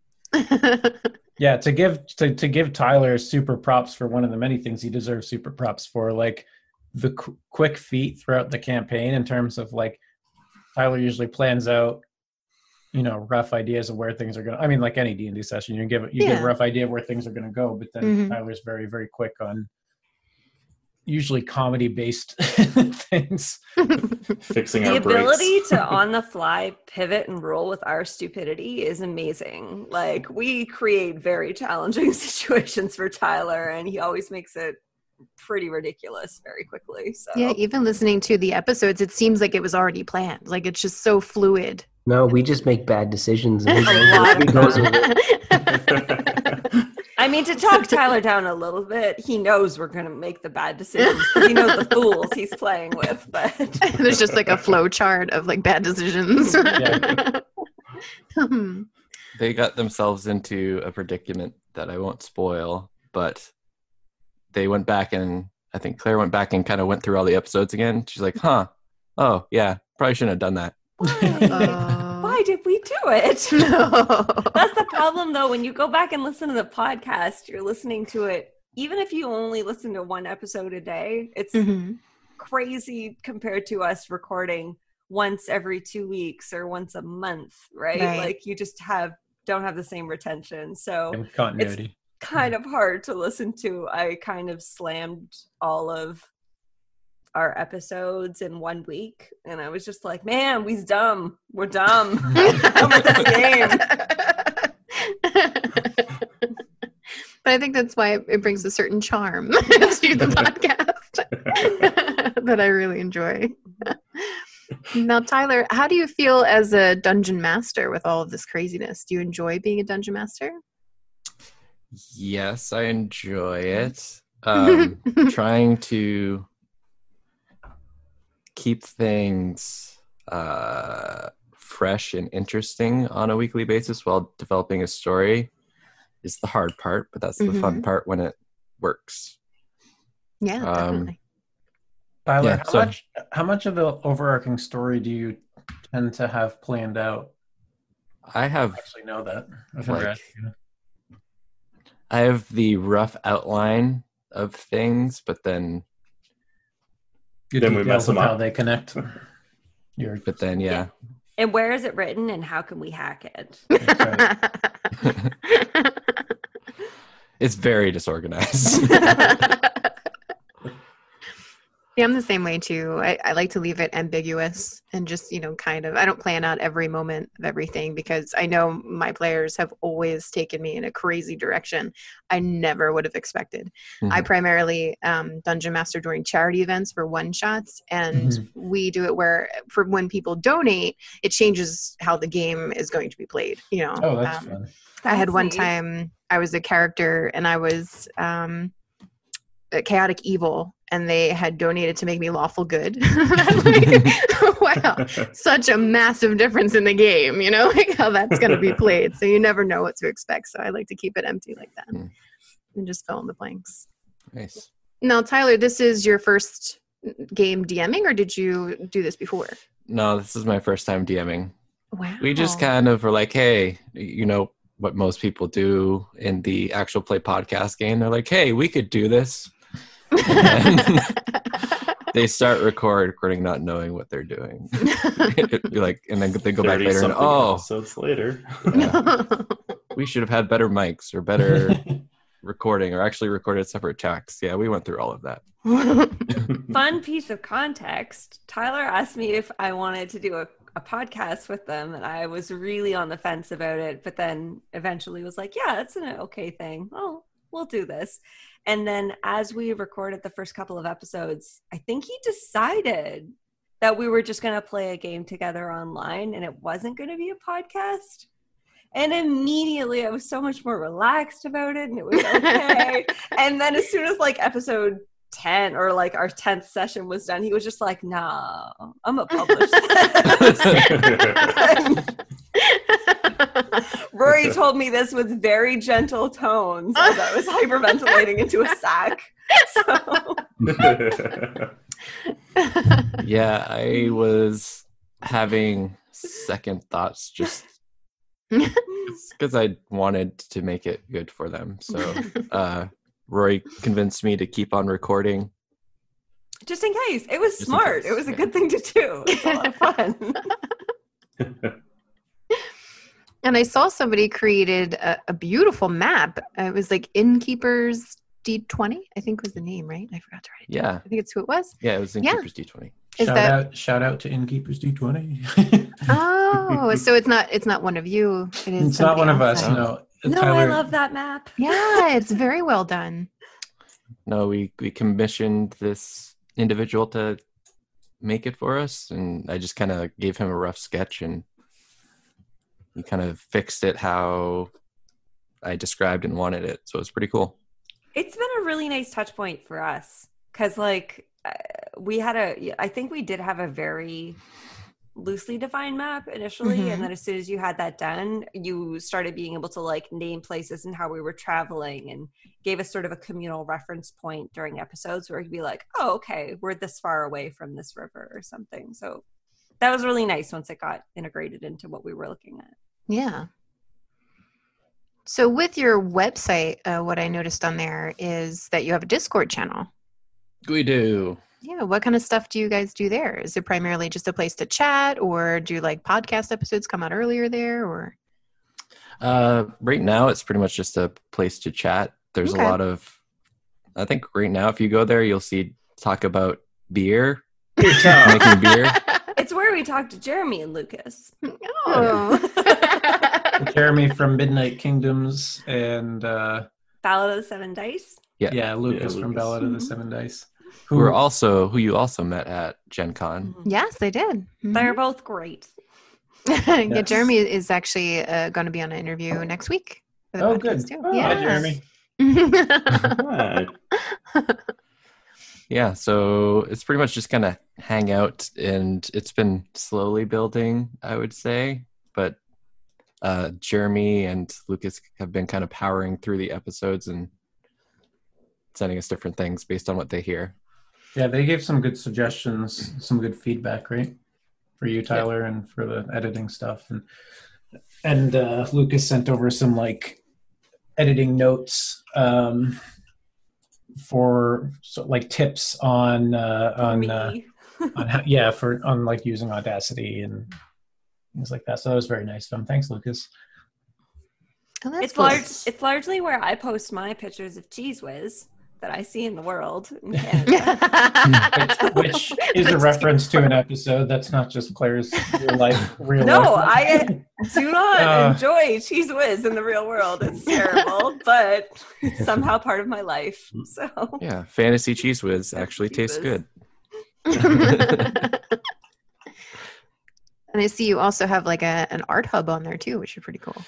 Speaker 7: Yeah, to give to, to give Tyler super props for one of the many things he deserves super props for, like the qu- quick feet throughout the campaign in terms of like Tyler usually plans out, you know, rough ideas of where things are going. to I mean, like any D and D session, you give you give
Speaker 6: Yeah.
Speaker 7: a rough idea of where things are going to go, but then
Speaker 8: Mm-hmm.
Speaker 6: Mhm.
Speaker 7: Tyler's very very quick on usually comedy based things.
Speaker 2: Fixing
Speaker 8: the
Speaker 2: our brakes.
Speaker 8: ability to on the fly pivot and roll with our stupidity is amazing. Like we create very challenging situations for Tyler, and he always makes it pretty ridiculous very quickly. So
Speaker 6: yeah, even listening to the episodes, it seems like it was already planned. Like it's just so fluid.
Speaker 9: No, we just make bad decisions. And he
Speaker 8: A
Speaker 9: goes with-
Speaker 8: lot
Speaker 9: he
Speaker 8: of
Speaker 9: goes with it.
Speaker 6: yeah,
Speaker 8: I mean, to talk Tyler down a little bit, he knows we're going to make the bad decisions. 'cause He knows the fools he's playing with, but.
Speaker 6: there's just like a flow chart of like bad decisions.
Speaker 7: Yeah.
Speaker 6: Hmm.
Speaker 4: they got themselves into a predicament that I won't spoil, but they went back and I think Claire went back and kind of went through all the episodes again. She's like, huh, oh, yeah, probably shouldn't have done that.
Speaker 8: Why? Why did we do it?
Speaker 6: no.
Speaker 8: That's the problem, though. When you go back and listen to the podcast, you're listening to it. Even if you only listen to one episode a day, it's
Speaker 6: Mhm.
Speaker 8: crazy compared to us recording once every two weeks or once a month, right?
Speaker 6: Right.
Speaker 8: Like you just have don't have the same retention. So
Speaker 7: And continuity.
Speaker 8: kind of hard to listen to. I kind of slammed all of our episodes in one week, and I was just like, "Man, we's dumb. We're dumb. Dumb at this game."
Speaker 6: But I think that's why it brings a certain charm to the podcast that I really enjoy. now, Tyler, how do you feel as a dungeon master with all of this craziness? Do you enjoy being a dungeon master?
Speaker 4: Yes, I enjoy it. Um, trying to keep things uh, fresh and interesting on a weekly basis while developing a story is the hard part, but that's the fun part when it works.
Speaker 6: Mm-hmm. yeah,
Speaker 4: um,
Speaker 6: definitely.
Speaker 7: Tyler,
Speaker 4: Yeah,
Speaker 7: how
Speaker 4: so-
Speaker 7: much how much of the overarching story do you tend to have planned out?
Speaker 4: I have
Speaker 7: I actually know that. I've
Speaker 4: Like-
Speaker 7: never asked you.
Speaker 4: I have the rough outline of things, but then
Speaker 7: Good
Speaker 2: Then we
Speaker 7: details
Speaker 2: mess 'em
Speaker 7: of How
Speaker 2: up.
Speaker 7: they connect. Your
Speaker 4: but then yeah.
Speaker 8: And where is it written, and how can we hack it?
Speaker 4: it's very disorganized.
Speaker 6: yeah, I'm the same way too. I, I like to leave it ambiguous and just, you know, kind of. I don't plan out every moment of everything because I know my players have always taken me in a crazy direction I never would have expected. I
Speaker 7: Mm-hmm.
Speaker 4: Mhm.
Speaker 6: primarily um, dungeon master during charity events for one shots, and
Speaker 7: Mhm.
Speaker 6: we do it where for when people donate, it changes how the game is going to be played. You know,
Speaker 7: oh, that's
Speaker 6: Um,
Speaker 7: fun.
Speaker 6: I had
Speaker 8: That's
Speaker 6: one
Speaker 8: neat.
Speaker 6: time I was a character and I was um, a chaotic evil, and they had donated to make me lawful good. Like, wow, such a massive difference in the game. You know, like how that's going to be played. So you never know what to expect. So I like to keep it empty like that,
Speaker 4: Hmm.
Speaker 6: and just fill in the blanks.
Speaker 4: nice.
Speaker 6: Now, Tyler, this is your first game DMing, or did you do this before?
Speaker 4: No, this is my first time DMing.
Speaker 6: Wow.
Speaker 4: We just kind of were like, hey, you know what most people do in the actual play podcast game? They're like, hey, we could do this. They start record recording, not knowing what they're doing. It'd be like, and then they go back
Speaker 2: 30
Speaker 4: later and
Speaker 2: something
Speaker 4: oh,
Speaker 2: episodes later.
Speaker 4: we should have had better mics or better recording or actually recorded separate tracks. Yeah, we went through all of that.
Speaker 8: Fun piece of context Tyler asked me if I wanted to do a, a podcast with them, and I was really on the fence about it, but then eventually was like, yeah, that's an uh, okay thing. Oh, we'll do this. And then as we recorded the first couple of episodes, I think he decided that we were just going to play a game together online and it wasn't going to be a podcast. And immediately I was so much more relaxed about it and it was okay. and then as soon as like episode 10 or like our 10th session was done, he was just like, nah, I'm a published. Rory told me this with very gentle tones as I was hyperventilating into a sack. So
Speaker 4: Yeah, I was having second thoughts just because I wanted to make it good for them. So uh, Roy convinced me to keep on recording.
Speaker 8: just in case, it was
Speaker 4: Just in
Speaker 8: smart.
Speaker 4: case,
Speaker 8: It was a
Speaker 4: yeah.
Speaker 8: good thing to do. It's a lot of fun.
Speaker 6: and I saw somebody created a, a beautiful map. Uh, It was like Innkeepers D20, I think was the name, right? I forgot to write it. down.
Speaker 4: Yeah,
Speaker 6: I think it's who it was.
Speaker 4: yeah, it was in
Speaker 6: Yeah.
Speaker 4: Keepers D twenty.
Speaker 6: Is
Speaker 7: shout
Speaker 6: that
Speaker 7: out shout out to Innkeepers D twenty.
Speaker 6: oh? So it's not it's not one of you. It is.
Speaker 7: It's not one of us, Uh,
Speaker 4: outside.
Speaker 7: no.
Speaker 8: no, I love that map.
Speaker 6: Yeah, it's very well done.
Speaker 4: No, we we commissioned this individual to make it for us, and I just kind of gave him a rough sketch, and he kind of fixed it how I described and wanted it. So it was pretty cool.
Speaker 8: It's been a really nice touch point for us because, like, uh, we had a, I think we did have a very loosely defined map initially
Speaker 6: Mhm.
Speaker 8: and then as soon as you had that done you started being able to like name places and how we were traveling and gave us sort of a communal reference point during episodes where it would be like oh okay we're this far away from this river or something so that was really nice once it got integrated into what we were looking at
Speaker 6: Yeah. So with your website, uh, what I noticed on there is that you have a Discord channel.
Speaker 4: We do.
Speaker 6: Yeah, what kind of stuff do you guys do there? Is it primarily just a place to chat, or do like podcast episodes come out earlier there? Or
Speaker 4: Uh, right now, it's pretty much just a place to chat. There's
Speaker 6: Okay.
Speaker 4: a lot of, I think right now, if you go there, you'll see talk about beer, making beer.
Speaker 8: it's where we talked to jeremy and lucas
Speaker 6: oh,
Speaker 7: Jeremy from Midnight Kingdoms and uh,
Speaker 8: ballad of the seven dice
Speaker 4: Yeah.
Speaker 7: yeah, Lucas from
Speaker 2: Lucas.
Speaker 7: Ballad of the
Speaker 8: Mhm.
Speaker 7: Seven Dice.
Speaker 4: Who were also who you also met at Gen Con.
Speaker 8: Mhm.
Speaker 6: yes, they did.
Speaker 8: they're both great
Speaker 6: Mhm. yeah,
Speaker 7: Yes.
Speaker 6: Jeremy is actually uh, going to be on an interview next week. For
Speaker 7: Oh, good.
Speaker 6: podcast, too.
Speaker 7: Oh,
Speaker 6: yeah.
Speaker 7: Hi, Jeremy.
Speaker 2: Right.
Speaker 4: Yeah, so it's pretty much just gonna hang out, and it's been slowly building, I would say. But uh, Jeremy and Lucas have been kind of powering through the episodes and sending us different things based on what they hear.
Speaker 7: Yeah, they gave some good suggestions, some good feedback, right? For you, Tyler, and for the editing stuff, and and uh, Lucas sent over some like editing notes um, for so, like tips on uh, on uh,
Speaker 8: Me.
Speaker 7: on how, yeah for on like using Audacity and things like that. So that was very nice of him. Thanks, Lucas.
Speaker 6: Oh, that's
Speaker 8: it's
Speaker 6: cool.
Speaker 8: large. It's largely where I post my pictures of Cheese Whiz that I see in the world. in Canada.
Speaker 7: Hmm. Which is a reference to an episode that's not just Claire's real life. Real
Speaker 8: No,
Speaker 7: life.
Speaker 8: I- Do not
Speaker 7: Uh.
Speaker 8: enjoy Cheese Whiz in the real world. It's terrible, but it's somehow part of my life. So
Speaker 4: Yeah, fantasy cheese whiz actually
Speaker 8: Cheese
Speaker 4: tastes
Speaker 8: Whiz.
Speaker 4: good.
Speaker 6: and I see you also have like a, an art hub on there too, which is pretty cool.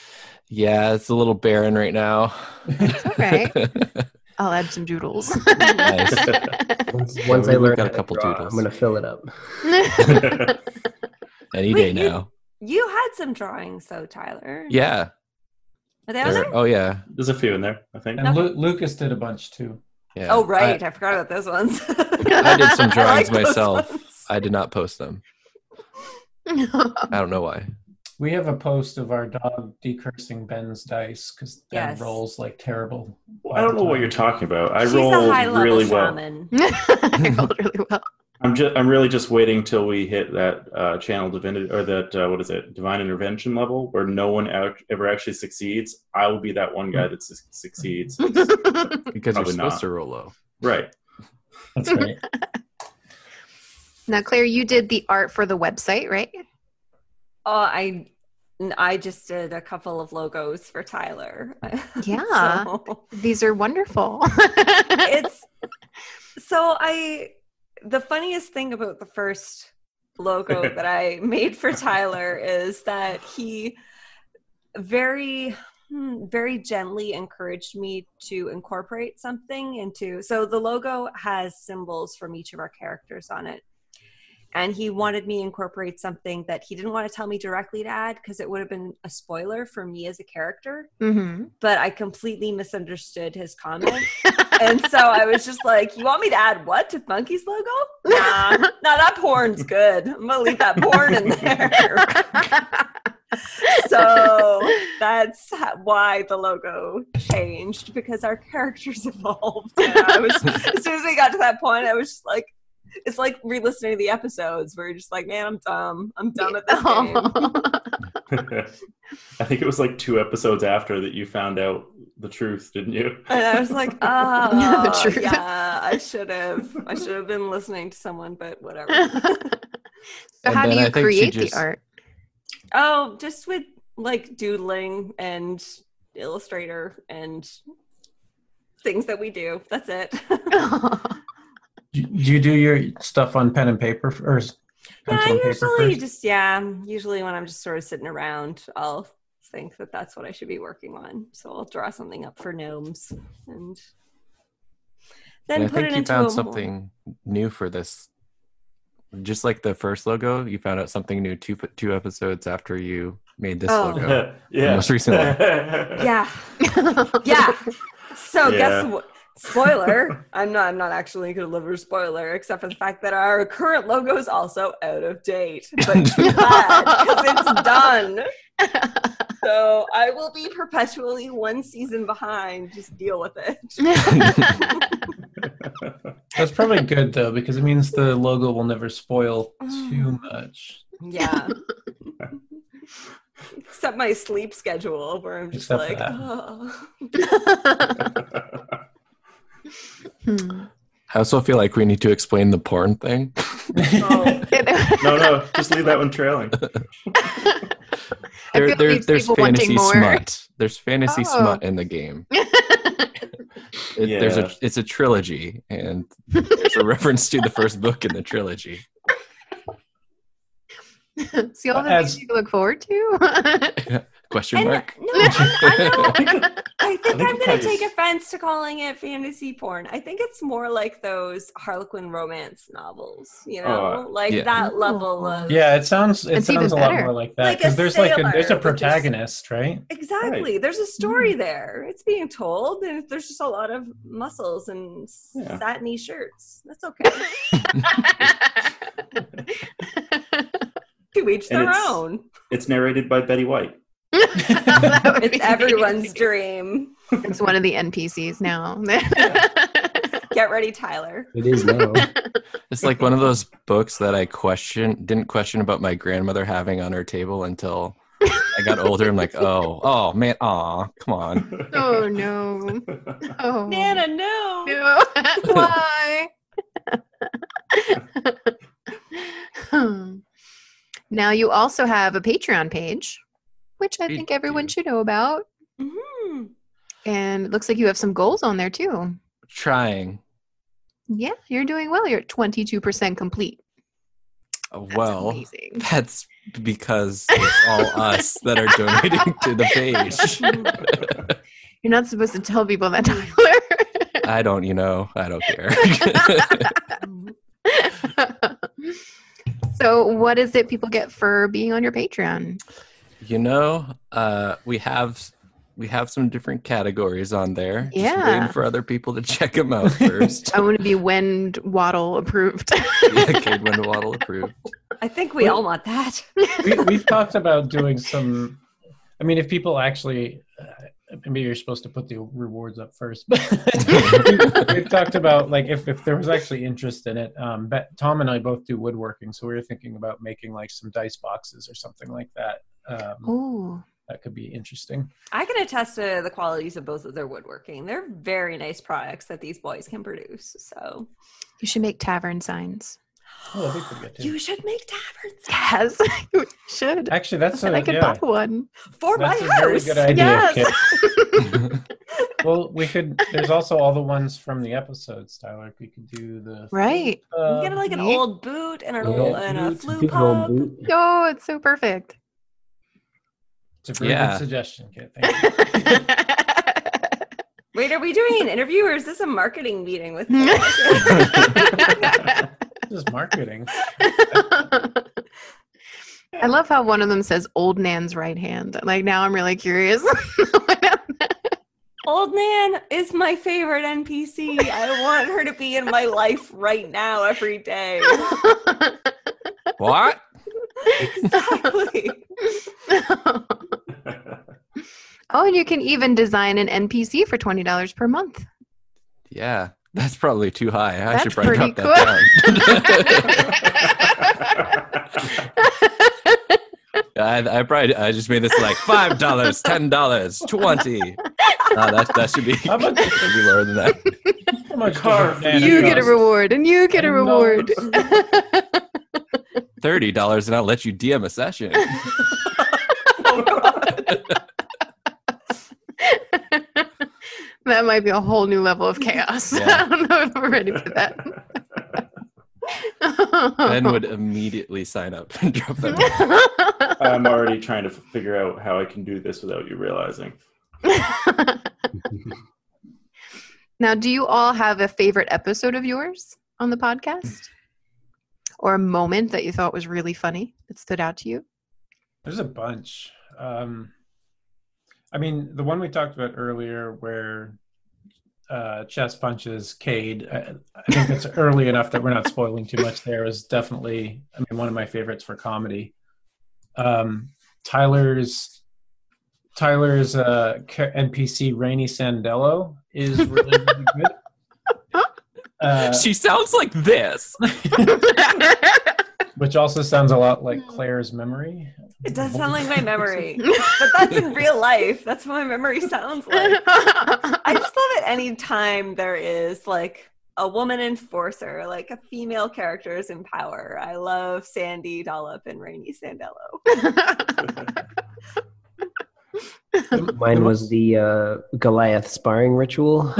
Speaker 4: Yeah, it's a little barren right now.
Speaker 6: okay. I'll add some doodles.
Speaker 9: Once,
Speaker 4: Yeah,
Speaker 9: once
Speaker 4: we-
Speaker 9: I
Speaker 4: we've
Speaker 9: learn
Speaker 4: got
Speaker 9: how to
Speaker 4: a couple
Speaker 9: draw,
Speaker 4: doodles.
Speaker 9: I'm gonna fill it up.
Speaker 4: Any day
Speaker 8: Wait, you-
Speaker 4: now.
Speaker 8: you had some drawings though, Tyler.
Speaker 4: Yeah.
Speaker 8: Are they on
Speaker 4: there-
Speaker 8: there?
Speaker 4: Oh yeah.
Speaker 2: There's a few in there, I think.
Speaker 7: And Lu- Lucas did a bunch too.
Speaker 4: Yeah.
Speaker 8: Oh right, I, forgot about those ones.
Speaker 4: I, I did some
Speaker 8: I like
Speaker 4: drawings
Speaker 8: those
Speaker 4: myself.
Speaker 8: ones.
Speaker 4: I did not post them. I don't know why.
Speaker 7: We have a post of our dog decursing Ben's dice because Ben
Speaker 8: Yes.
Speaker 7: rolls like terrible.
Speaker 2: I don't know what you're talking about. I roll
Speaker 8: She's a high level
Speaker 2: really well.
Speaker 8: shaman.
Speaker 6: I rolled really well.
Speaker 2: I'm just I'm really just waiting till we hit that uh, channel divinity or that uh, what is it divine intervention level where no one ac- ever actually succeeds. I will be that one guy that su- succeeds.
Speaker 4: Because
Speaker 2: Probably
Speaker 4: you're
Speaker 2: not.
Speaker 4: supposed to roll low.
Speaker 2: Right.
Speaker 7: That's right.
Speaker 6: now, Claire, you did the art for the website, right?
Speaker 8: Oh, I I just did a couple of logos for Tyler.
Speaker 6: Yeah.
Speaker 8: So,
Speaker 6: These are wonderful.
Speaker 8: it's so I the funniest thing about the first logo that I made for Tyler is that he very hmm, very gently encouraged me to incorporate something into so the logo has symbols from each of our characters on it and he wanted me to incorporate something that he didn't want to tell me directly to add because it would have been a spoiler for me as a character
Speaker 6: Mhm.
Speaker 8: but i completely misunderstood his comment and so I was just like, "You want me to add what to Funky's logo? Nah, nah, that porn's good. I'm gonna leave that porn in there." so that's ho- why the logo changed because our characters evolved. And I was as soon as we got to that point, I was just like, "It's like re-listening to the episodes where you're just like, man, I'm dumb. I'm dumb at this game."
Speaker 2: I think it was like two episodes after that you found out the truth, didn't you?
Speaker 8: And I was like,
Speaker 6: The
Speaker 8: "Oh,
Speaker 6: truth.
Speaker 8: yeah, I should have. I should have been listening to someone, but whatever."
Speaker 6: so,
Speaker 4: And
Speaker 6: how do
Speaker 4: then I
Speaker 6: you
Speaker 4: think she
Speaker 6: create
Speaker 4: just-
Speaker 6: the art?
Speaker 8: Oh, just with like doodling and Illustrator and things that we do. That's it.
Speaker 7: Do do you do your stuff on pen and paper f- or s-
Speaker 8: yeah,
Speaker 7: pencil
Speaker 8: I
Speaker 7: and paper
Speaker 8: usually
Speaker 7: first?
Speaker 8: just yeah. Usually when I'm just sort of sitting around, I'll think that that's what I should be working on. So I'll draw something up for gnomes and then
Speaker 4: And
Speaker 8: put
Speaker 4: I think
Speaker 8: it
Speaker 4: you
Speaker 8: into
Speaker 4: found
Speaker 8: a
Speaker 4: something new for this just like the first logo, you found out something new two two episodes after you made this
Speaker 8: Oh.
Speaker 4: logo.
Speaker 2: yeah.
Speaker 4: Most recently.
Speaker 8: Yeah. Yeah. So guess
Speaker 2: Yeah.
Speaker 8: what? Spoiler. I'm not. I'm not actually going to deliver a spoiler, except for the fact that our current logo is also out of date. But too bad, 'cause it's done. So I will be perpetually one season behind. Just deal with it.
Speaker 7: That's probably good though, because it means the logo will never spoil
Speaker 8: Oh.
Speaker 7: too much.
Speaker 8: Yeah. except my sleep schedule, where I'm just
Speaker 7: Except
Speaker 8: like,
Speaker 7: that.
Speaker 8: oh.
Speaker 6: Hmm.
Speaker 4: I also feel like we need to explain the porn thing.
Speaker 8: oh.
Speaker 2: no, no, just leave that one trailing.
Speaker 6: I feel
Speaker 4: There,
Speaker 6: it
Speaker 4: there,
Speaker 6: leaves
Speaker 4: there's
Speaker 6: people wanting
Speaker 4: fantasy
Speaker 6: more.
Speaker 4: smut. There's fantasy
Speaker 6: Oh.
Speaker 4: smut in the game. It- There's
Speaker 2: Yeah.
Speaker 4: a it's a trilogy, and there's a reference to the first book in the trilogy.
Speaker 6: See all the
Speaker 7: As-
Speaker 6: things you can look forward to.
Speaker 4: Question
Speaker 8: And, no,
Speaker 4: mark.
Speaker 8: I'm- I'm not- I think,
Speaker 2: think
Speaker 8: I'm
Speaker 2: it
Speaker 8: going to
Speaker 2: kinda
Speaker 8: take
Speaker 2: s-
Speaker 8: offense to calling it fantasy porn. I think it's more like those Harlequin romance novels, you know,
Speaker 2: Oh,
Speaker 8: like
Speaker 4: yeah.
Speaker 8: that level of
Speaker 7: yeah, it sounds it
Speaker 6: It's even
Speaker 7: sounds a lot
Speaker 6: better.
Speaker 7: more like
Speaker 8: Like
Speaker 7: that.
Speaker 8: a
Speaker 7: Because there's like a
Speaker 8: sailor,
Speaker 7: there's a
Speaker 8: but there's-
Speaker 7: protagonist, right?
Speaker 8: Exactly. There's a story there. It's being told, and there's just a lot of muscles and
Speaker 2: Yeah.
Speaker 8: satiny shirts. That's okay. to each
Speaker 2: And
Speaker 8: their
Speaker 2: it's-
Speaker 8: own.
Speaker 2: It's narrated by Betty White.
Speaker 6: That would
Speaker 8: It's
Speaker 6: be
Speaker 8: everyone's
Speaker 6: amazing.
Speaker 8: dream.
Speaker 6: It's one of the NPCs now.
Speaker 8: Get ready, Tyler.
Speaker 9: It is now.
Speaker 4: It's like one of those books that I question didn't question about my grandmother having on her table until I got older. I'm like, oh, oh man, aw, come on.
Speaker 6: oh no! Oh
Speaker 8: Nana, no.
Speaker 6: no! Why? Hmm. now you also have a Patreon page, which I
Speaker 4: We
Speaker 6: think everyone
Speaker 4: do.
Speaker 6: should know about,
Speaker 8: Mhm.
Speaker 6: and it looks like you have some goals on there too.
Speaker 4: Trying.
Speaker 6: Yeah, you're doing well. You're at 22% complete. That's
Speaker 4: well,
Speaker 6: amazing.
Speaker 4: that's because it's all us that are donating to the page.
Speaker 6: You're not supposed to tell people that, Tyler.
Speaker 4: I don't, you know, I don't care.
Speaker 6: so what is it people get for being on your patreon
Speaker 4: you know, uh, we have we have some different categories on there. Just
Speaker 6: Yeah.
Speaker 4: waiting for other people to check them out first.
Speaker 6: i want to be wend waddle approved
Speaker 4: yeah, Cade Wendell approved.
Speaker 8: I think we all want that.
Speaker 7: we, we've talked about doing some i mean if people actually uh, maybe you're supposed to put the rewards up first but we've talked about like if, if there was actually interest in it um, but tom and i both do woodworking so we were thinking about making like some dice boxes or something like that um,
Speaker 6: Ooh.
Speaker 7: that could be interesting
Speaker 8: I can attest to the qualities of both of their woodworking. They're very nice products that these boys can produce. So
Speaker 6: you should make tavern signs
Speaker 7: oh that'd be pretty good too
Speaker 8: you should make taverns
Speaker 6: yes you should
Speaker 7: actually that's a,
Speaker 6: i could
Speaker 7: yeah,
Speaker 6: buy one
Speaker 8: for
Speaker 7: that's
Speaker 8: my
Speaker 7: a
Speaker 8: house.
Speaker 7: very good idea
Speaker 6: Yes.
Speaker 7: Kit. well we could there's also all the ones from the episodes tyler we could do the
Speaker 6: right
Speaker 8: You
Speaker 7: uh,
Speaker 8: get like an
Speaker 6: Yeah.
Speaker 8: old boot and an
Speaker 9: Yeah,
Speaker 8: old and a
Speaker 9: boot,
Speaker 8: flu
Speaker 9: big old
Speaker 8: pub.
Speaker 9: boot.
Speaker 6: oh it's so perfect
Speaker 7: it's a very
Speaker 4: Yeah.
Speaker 7: good suggestion Kit. Thank you.
Speaker 8: Wait, are we doing an interview or is this a marketing meeting with?
Speaker 7: This is marketing.
Speaker 6: I love how one of them says old Nan's right hand. Like now I'm really curious. What
Speaker 8: old Nan is my favorite NPC. I want her to be in my life right now, every day.
Speaker 6: happened.
Speaker 4: What?
Speaker 8: Exactly.
Speaker 6: oh, and you can even design an NPC for twenty dollars per month.
Speaker 4: Yeah, that's probably too high. I
Speaker 6: That's
Speaker 4: should probably
Speaker 6: pretty
Speaker 4: drop that down. I, I probably I just made this like five dollars, ten dollars, twenty. Uh, that that should be,
Speaker 7: How about
Speaker 4: that should be lower than that.
Speaker 7: How much
Speaker 2: Car
Speaker 7: does a banana
Speaker 6: you get a
Speaker 7: cost?
Speaker 6: reward, and you get a
Speaker 7: I know.
Speaker 6: reward.
Speaker 4: Thirty dollars, and I'll let you DM a session.
Speaker 6: that might be a whole new level of chaos.
Speaker 4: Yeah.
Speaker 6: I don't know if we're ready for that.
Speaker 4: Ben would immediately sign up and drop that. down.
Speaker 2: I'm already trying to f- figure out how I can do this without you realizing.
Speaker 4: Hmm.
Speaker 6: now, do you all have a favorite episode of yours on the podcast? or a moment that you thought was really funny that stood out to you?
Speaker 7: There's a bunch. Um, I mean, the one we talked about earlier, where uh, chess punches Cade. I, I think it's early enough that we're not spoiling too much. There is definitely, I mean, one of my favorites for comedy. Um, Tyler's Tyler's uh, ca- NPC Rainy Sandello is really, really good. Uh,
Speaker 4: she sounds like this.
Speaker 7: which also sounds a lot like Claire's memory.
Speaker 8: It does sound like my memory, but that's in real life. That's what my memory sounds like. I just love it any time there is like a woman enforcer, like a female character is in power. I love Sandy Dollop and Rainy Sandello.
Speaker 9: Mine was the uh, Goliath sparring ritual. where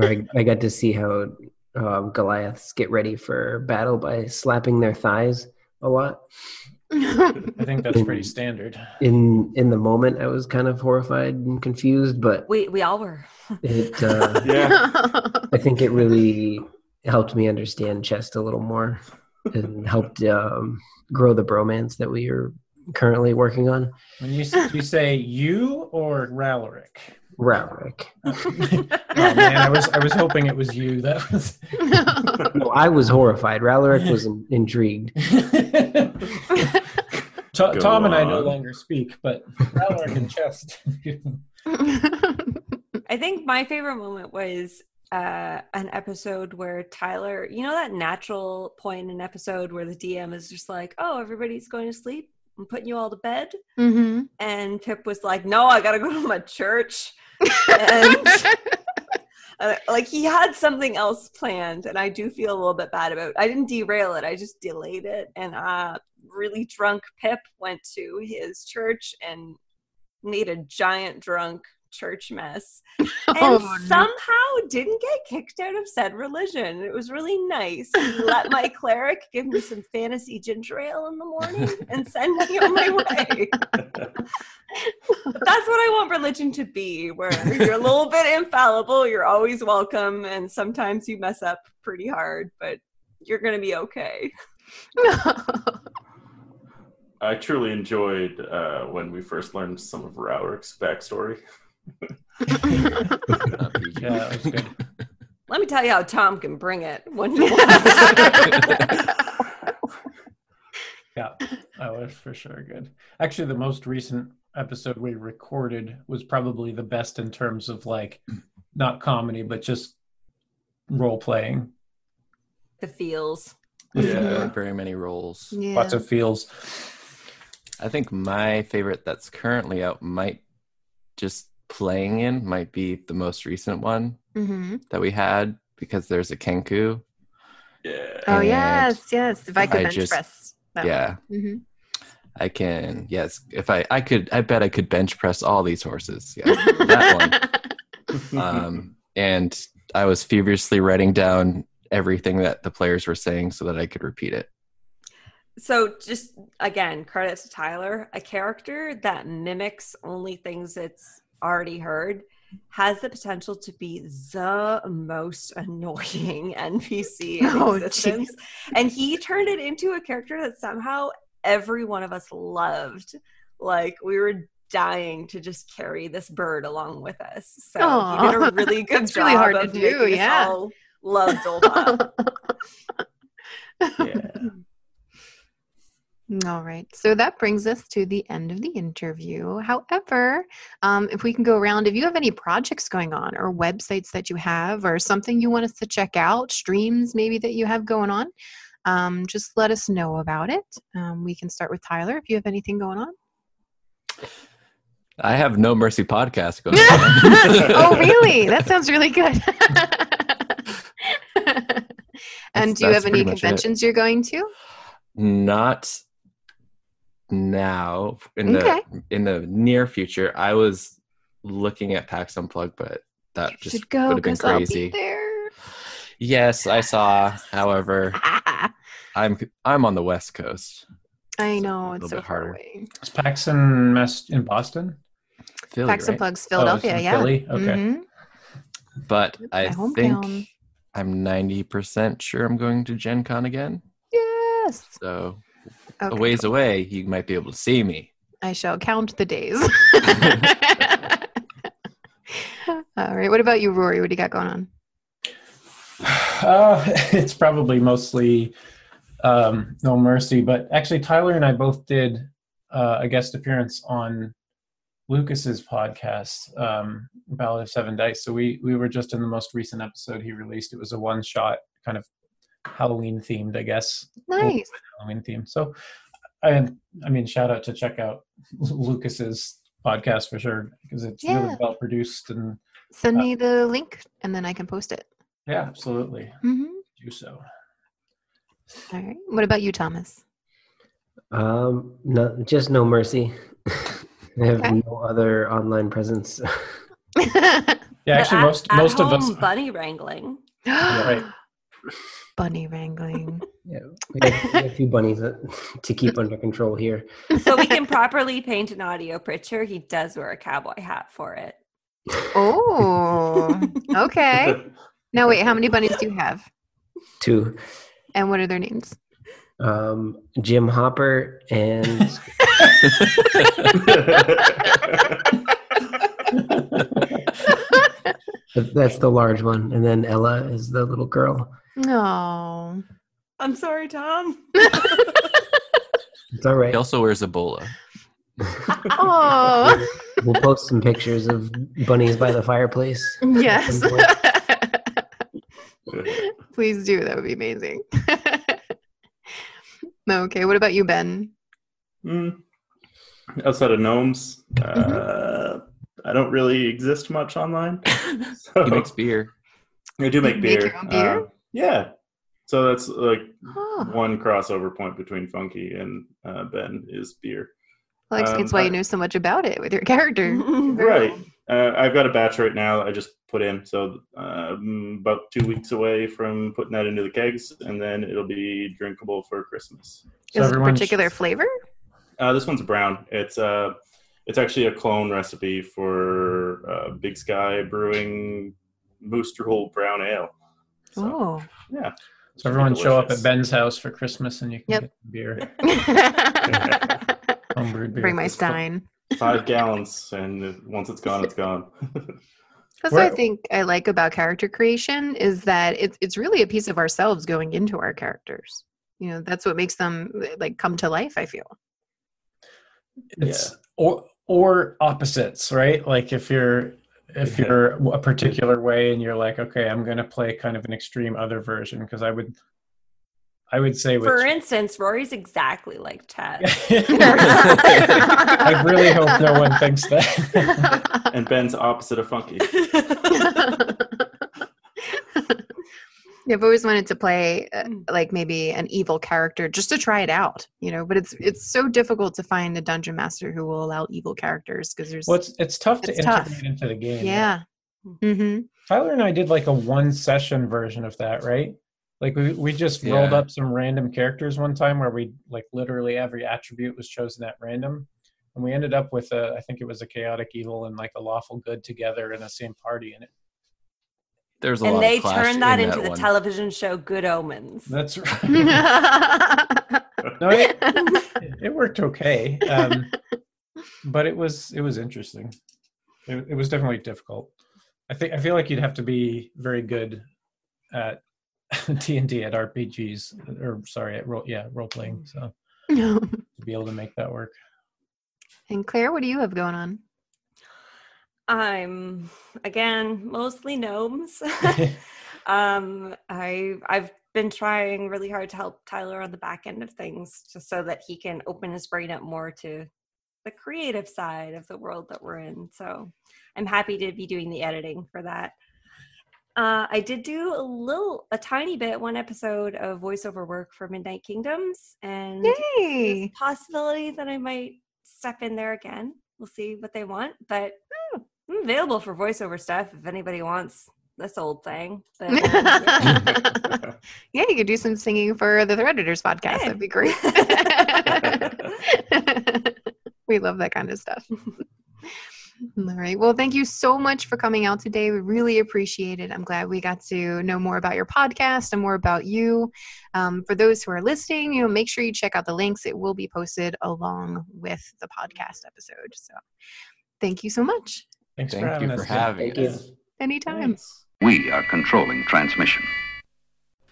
Speaker 9: I, I got to see how um, Goliaths get ready for battle by slapping their thighs a lot.
Speaker 7: I think that's pretty standard.
Speaker 9: In in the moment, I was kind of horrified and confused, but
Speaker 8: We we all were.
Speaker 9: it uh,
Speaker 2: Yeah.
Speaker 9: I think it really helped me understand chest a little more and helped um, grow the bromance that we are currently working on.
Speaker 7: When you s- you say you or Ralaric?
Speaker 9: Ralric.
Speaker 7: oh man, I was I was hoping it was you. That was.
Speaker 9: No, I was horrified. Ralric was in- intrigued.
Speaker 7: To-
Speaker 2: Go
Speaker 7: Tom and I no
Speaker 2: on.
Speaker 7: longer speak, but Ralaric and Chest.
Speaker 8: I think my favorite moment was uh, an episode where Tyler, you know, that natural point in an episode where the DM is just like, oh, everybody's going to sleep. I'm putting you all to bed.
Speaker 6: Mhm.
Speaker 8: And Pip was like, no, I got to go to my church. And uh, like he had something else planned. And I do feel a little bit bad about I didn't derail it, I just delayed it. And uh, really drunk Pip went to his church and made a giant drunk church mess and
Speaker 6: Oh, no.
Speaker 8: somehow didn't get kicked out of said religion. It was really nice. He let my cleric give me some fantasy ginger ale in the morning and send me on my way. That's what I want religion to be, where you're a little bit infallible, you're always welcome, and sometimes you mess up pretty hard, but you're going to be okay.
Speaker 2: I truly enjoyed uh, when we first learned some of Rourke's backstory.
Speaker 7: yeah, that was good.
Speaker 8: Let me tell you how Tom can bring it when he wants.
Speaker 7: Yeah, that was for sure good. Actually, the most recent episode we recorded was probably the best in terms of like not comedy, but just role playing.
Speaker 8: the feels.
Speaker 4: There
Speaker 2: Yeah.
Speaker 4: aren't very many roles.
Speaker 6: yeah.
Speaker 7: Lots of feels.
Speaker 4: I think my favorite that's currently out might just playing in might be the most recent one
Speaker 6: Mhm.
Speaker 4: that we had because there's a Kenku.
Speaker 2: Yeah.
Speaker 6: Oh
Speaker 4: And
Speaker 6: yes, yes. If I could
Speaker 4: I
Speaker 6: bench
Speaker 4: just-
Speaker 6: press. That
Speaker 4: Yeah,
Speaker 6: One. Mm-hmm.
Speaker 4: I can. Yes, if I I could, I bet I could bench press all these horses. Yeah,
Speaker 6: Mhm.
Speaker 4: that one. um, and I was feverishly writing down everything that the players were saying so that I could repeat it.
Speaker 8: so just again credit to tyler a character that mimics only things it's already heard has the potential to be the most annoying npc in
Speaker 6: Oh,
Speaker 8: existence and he turned it into a character that somehow every one of us loved like we were dying to just carry this bird along with us so he did
Speaker 6: Aw,
Speaker 8: a really good
Speaker 6: that's
Speaker 8: job
Speaker 6: really hard to
Speaker 8: of
Speaker 6: do,
Speaker 8: making us
Speaker 6: yeah.
Speaker 8: all love Dolma.
Speaker 6: Mm-hmm. All right. So that brings us to the end of the interview. However, um, if we can go around, if you have any projects going on or websites that you have or something you want us to check out, streams maybe that you have going on, um, just let us know about it. Um, we can start with Tyler if you have anything going on.
Speaker 4: I have no mercy podcast going on.
Speaker 6: oh, really? That sounds really good. and
Speaker 4: That's-
Speaker 6: do you have
Speaker 4: that's pretty
Speaker 6: any
Speaker 4: much it.
Speaker 6: conventions you're going to?
Speaker 4: Not now in
Speaker 6: Okay.
Speaker 4: the in the near future. I was looking at PAX Unplugged, but that
Speaker 6: you
Speaker 4: just
Speaker 6: should go
Speaker 4: would have been
Speaker 6: because I'll be
Speaker 4: crazy.
Speaker 6: there.
Speaker 4: Yes, I saw. However, I'm I'm on the West Coast.
Speaker 6: I know Oh,
Speaker 4: little
Speaker 6: it's so
Speaker 4: bit
Speaker 6: far
Speaker 4: harder.
Speaker 6: away.
Speaker 7: Is Pax in, Mass- in Boston?
Speaker 4: Philly,
Speaker 6: Fax and
Speaker 4: right?
Speaker 6: plugs,
Speaker 7: Oh, it's
Speaker 6: Philadelphia.
Speaker 7: in
Speaker 6: yeah.
Speaker 7: Philly? Okay.
Speaker 6: Mhm.
Speaker 4: But
Speaker 6: Mm-hmm. My
Speaker 4: I
Speaker 6: hometown.
Speaker 4: think I'm 90% sure I'm going to Gen Con again.
Speaker 6: Yes.
Speaker 4: So
Speaker 6: Okay.
Speaker 4: a ways away, you might be able to see me.
Speaker 6: I shall count the days. All right. What about you, Rory? What do you got going on?
Speaker 7: Uh, it's probably mostly um, No Mercy, but actually, Tyler and I both did uh, a guest appearance on Lucas's podcast, um, Ballad of Seven Dice. So we we were just in the most recent episode he released. It was a one shot kind of Halloween themed, I guess,
Speaker 6: Nice.
Speaker 7: Halloween theme. So, I I mean, shout out to check out Lucas's podcast for sure because it's
Speaker 6: Yeah.
Speaker 7: really well produced and
Speaker 6: Send me the link and then I can post it.
Speaker 7: yeah, absolutely
Speaker 6: hmm
Speaker 7: do so.
Speaker 6: All right. What about you, Thomas?
Speaker 9: Um, no, just no mercy. I have
Speaker 6: Okay.
Speaker 9: no other online presence.
Speaker 7: Yeah,
Speaker 8: But
Speaker 7: actually,
Speaker 8: at-
Speaker 7: most
Speaker 8: at
Speaker 7: most of us.
Speaker 8: home, bunny wrangling.
Speaker 7: right.
Speaker 6: Bunny wrangling.
Speaker 9: yeah, we have, we have a few bunnies that, to keep under control here.
Speaker 8: So we can properly paint an audio picture. He does wear a cowboy hat for it.
Speaker 6: Oh. Okay. Now wait, how many bunnies do you have?
Speaker 9: Two,
Speaker 6: And what are their names?
Speaker 9: um, Jim Hopper and that's the large one, and then Ella is the little girl.
Speaker 6: No.
Speaker 8: I'm sorry, Tom.
Speaker 9: It's all right.
Speaker 4: He also wears a bola.
Speaker 6: Oh.
Speaker 9: We'll post some pictures of bunnies by the fireplace.
Speaker 6: Yes.
Speaker 9: Some point.
Speaker 6: Please do. That would be amazing. okay. What about you, Ben?
Speaker 2: Mm. Outside of gnomes,
Speaker 6: Mm-hmm.
Speaker 2: uh, I don't really exist much online. So
Speaker 4: He makes beer.
Speaker 2: I do make
Speaker 6: You make
Speaker 2: beer.
Speaker 6: your own beer?
Speaker 2: Uh, yeah. So that's like
Speaker 6: Oh,
Speaker 2: one crossover point between Funky and uh, Ben is beer.
Speaker 6: well, that explains
Speaker 2: um,
Speaker 6: why
Speaker 2: I-
Speaker 6: you know so much about it with your character.
Speaker 2: Right. Uh, I've got a batch right now that I just put in. So um, about two weeks away from putting that into the kegs, and then it'll be drinkable for Christmas.
Speaker 7: So
Speaker 6: Is it a
Speaker 7: everyone sh-
Speaker 6: particular flavor?
Speaker 2: Uh, this one's brown. It's uh, it's actually a clone recipe for uh, Big Sky Brewing Moose Drool Brown Ale. So,
Speaker 6: Oh.
Speaker 2: yeah.
Speaker 7: So everyone show up at
Speaker 2: Delicious.
Speaker 7: Ben's house for Christmas and you can
Speaker 6: Yep.
Speaker 7: get beer,
Speaker 6: Bring
Speaker 7: homebrewed beer.
Speaker 6: my
Speaker 2: It's fu-
Speaker 6: Stein.
Speaker 2: Five gallons, and once it's gone, it's gone.
Speaker 6: That's what I
Speaker 7: Where-
Speaker 6: think I like about character creation is that it's it's really a piece of ourselves going into our characters. You know, that's what makes them like come to life. I feel.
Speaker 7: It's or or opposites, right? Like if you're if
Speaker 2: Yeah.
Speaker 7: you're a particular way and you're like, okay, I'm going to play kind of an extreme other version because I would I would say with
Speaker 8: For instance, Rory's exactly like Chad.
Speaker 7: I really hope no one thinks that.
Speaker 2: and Ben's opposite of funky.
Speaker 6: Yeah, I've always wanted to play uh, like maybe an evil character just to try it out, you know. But it's it's so difficult to find a dungeon master who will allow evil characters because there's
Speaker 7: well, it's, it's tough to
Speaker 6: It's
Speaker 7: integrate
Speaker 6: tough.
Speaker 7: into the game.
Speaker 6: yeah. Mm-hmm.
Speaker 7: Tyler and I did like a one session version of that, right? Like we, we just rolled
Speaker 4: Yeah.
Speaker 7: up some random characters one time where we like literally every attribute was chosen at random. And we ended up with a I think it was a chaotic evil and like a lawful good together in the same party and it
Speaker 4: There's a
Speaker 8: and
Speaker 4: lot
Speaker 8: they
Speaker 4: of clash
Speaker 8: turned that
Speaker 4: in
Speaker 8: into the
Speaker 4: one.
Speaker 8: television show Good Omens.
Speaker 7: that's right.
Speaker 6: yeah.
Speaker 7: no, it, it worked okay. Um, but it was it was interesting. It, it was definitely difficult. I think I feel like you'd have to be very good at D and D at RPGs or sorry at role yeah role playing so to be able to make that work.
Speaker 6: Mm-hmm. and Claire, what do you have going on?
Speaker 8: I'm again mostly gnomes. um, I I've been trying really hard to help Tyler on the back end of things, just so that he can open his brain up more to the creative side of the world that we're in. So I'm happy to be doing the editing for that. Uh, I did do a little, a tiny bit, one episode of voiceover work for Midnight Kingdoms, and there's
Speaker 6: Yay!
Speaker 8: a possibility that I might step in there again. We'll see what they want, but I'm available for voiceover stuff if anybody wants this old thing. But, um, yeah.
Speaker 6: yeah, you could do some singing for the Threaditors podcast.
Speaker 8: Yeah.
Speaker 6: That'd be great. we love that kind of stuff. All right. Well, thank you so much for coming out today. We really appreciate it. I'm glad we got to know more about your podcast and more about you. Um, for those who are listening, you know, make sure you check out the links. It will be posted along with the podcast episode. So, thank you so much.
Speaker 7: Thanks for
Speaker 4: Thank
Speaker 7: having
Speaker 4: you
Speaker 7: us.
Speaker 4: for having
Speaker 9: Thank you.
Speaker 4: us.
Speaker 6: Anytime.
Speaker 5: We are controlling transmission.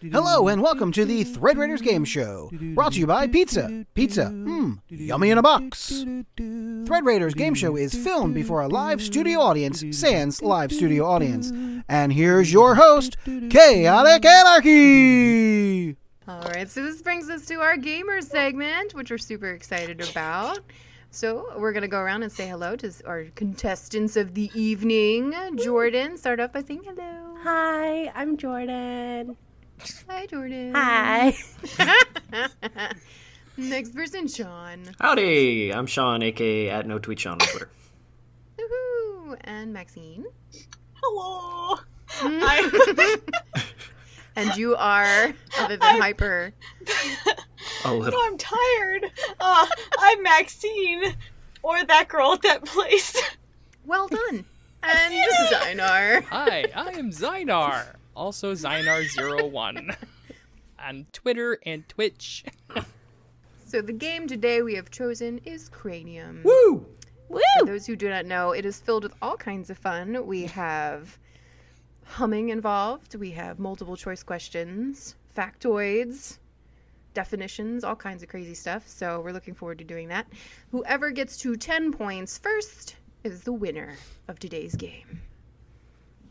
Speaker 10: Hello and welcome to the Threadraters Game Show, brought to you by Pizza. Pizza, mmm, yummy in a box. Threadraters Game Show is filmed before a live studio audience, sans live studio audience. And here's your host, Chaotic Anarchy!
Speaker 6: All right, so this brings us to our gamer segment, which we're super excited about. So we're gonna go around and say hello to s- our contestants of the evening. Jordan, start off by saying hello.
Speaker 11: Hi, I'm Jordan.
Speaker 6: Hi, Jordan.
Speaker 11: Hi.
Speaker 6: Next person, Sean.
Speaker 12: Howdy, I'm Sean, aka at no tweet Sean on Twitter.
Speaker 6: Woohoo! And Maxine.
Speaker 13: Hello.
Speaker 6: I- and you are other than
Speaker 13: I'm-
Speaker 6: hyper.
Speaker 12: A
Speaker 13: No,
Speaker 12: little.
Speaker 13: I'm tired. Uh, I'm Maxine, or that girl at that place.
Speaker 6: Well done. And Zynar.
Speaker 14: Hi, I am Zynar, also Zynar01 on Twitter and Twitch.
Speaker 6: So the game today we have chosen is Cranium.
Speaker 12: Woo!
Speaker 6: Woo! For those who do not know, it is filled with all kinds of fun. We have humming involved. We have multiple choice questions, factoids, definitions, all kinds of crazy stuff. So we're looking forward to doing that. Whoever gets to 10 points first is the winner of today's game.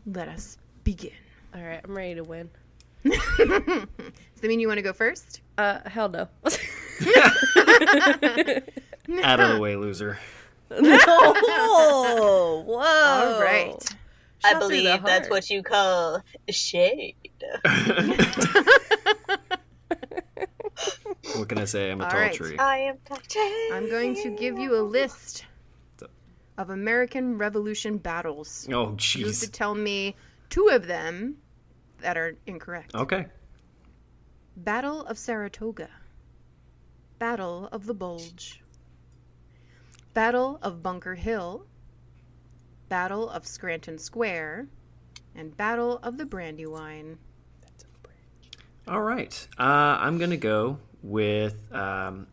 Speaker 6: Let us begin.
Speaker 11: All right, I'm ready to win.
Speaker 6: Does that mean you want to go first?
Speaker 11: Uh, hell no.
Speaker 12: Out of the way, loser.
Speaker 11: no. Whoa.
Speaker 13: All right.
Speaker 11: Shot
Speaker 13: I
Speaker 11: through the
Speaker 13: believe that's
Speaker 11: heart.
Speaker 13: what you call shade.
Speaker 12: What can I say? I'm a
Speaker 6: All
Speaker 12: tall
Speaker 6: right.
Speaker 12: tree.
Speaker 13: I am touching.
Speaker 6: I'm going to give you a list of American Revolution battles.
Speaker 12: Oh,
Speaker 6: You have to
Speaker 12: jeez.
Speaker 6: tell me two of them that are incorrect.
Speaker 12: Okay.
Speaker 6: Battle of Saratoga. Battle of the Bulge. Battle of Bunker Hill. Battle of Scranton Square. And Battle of the Brandywine.
Speaker 12: All right. Uh, I'm going to go with um,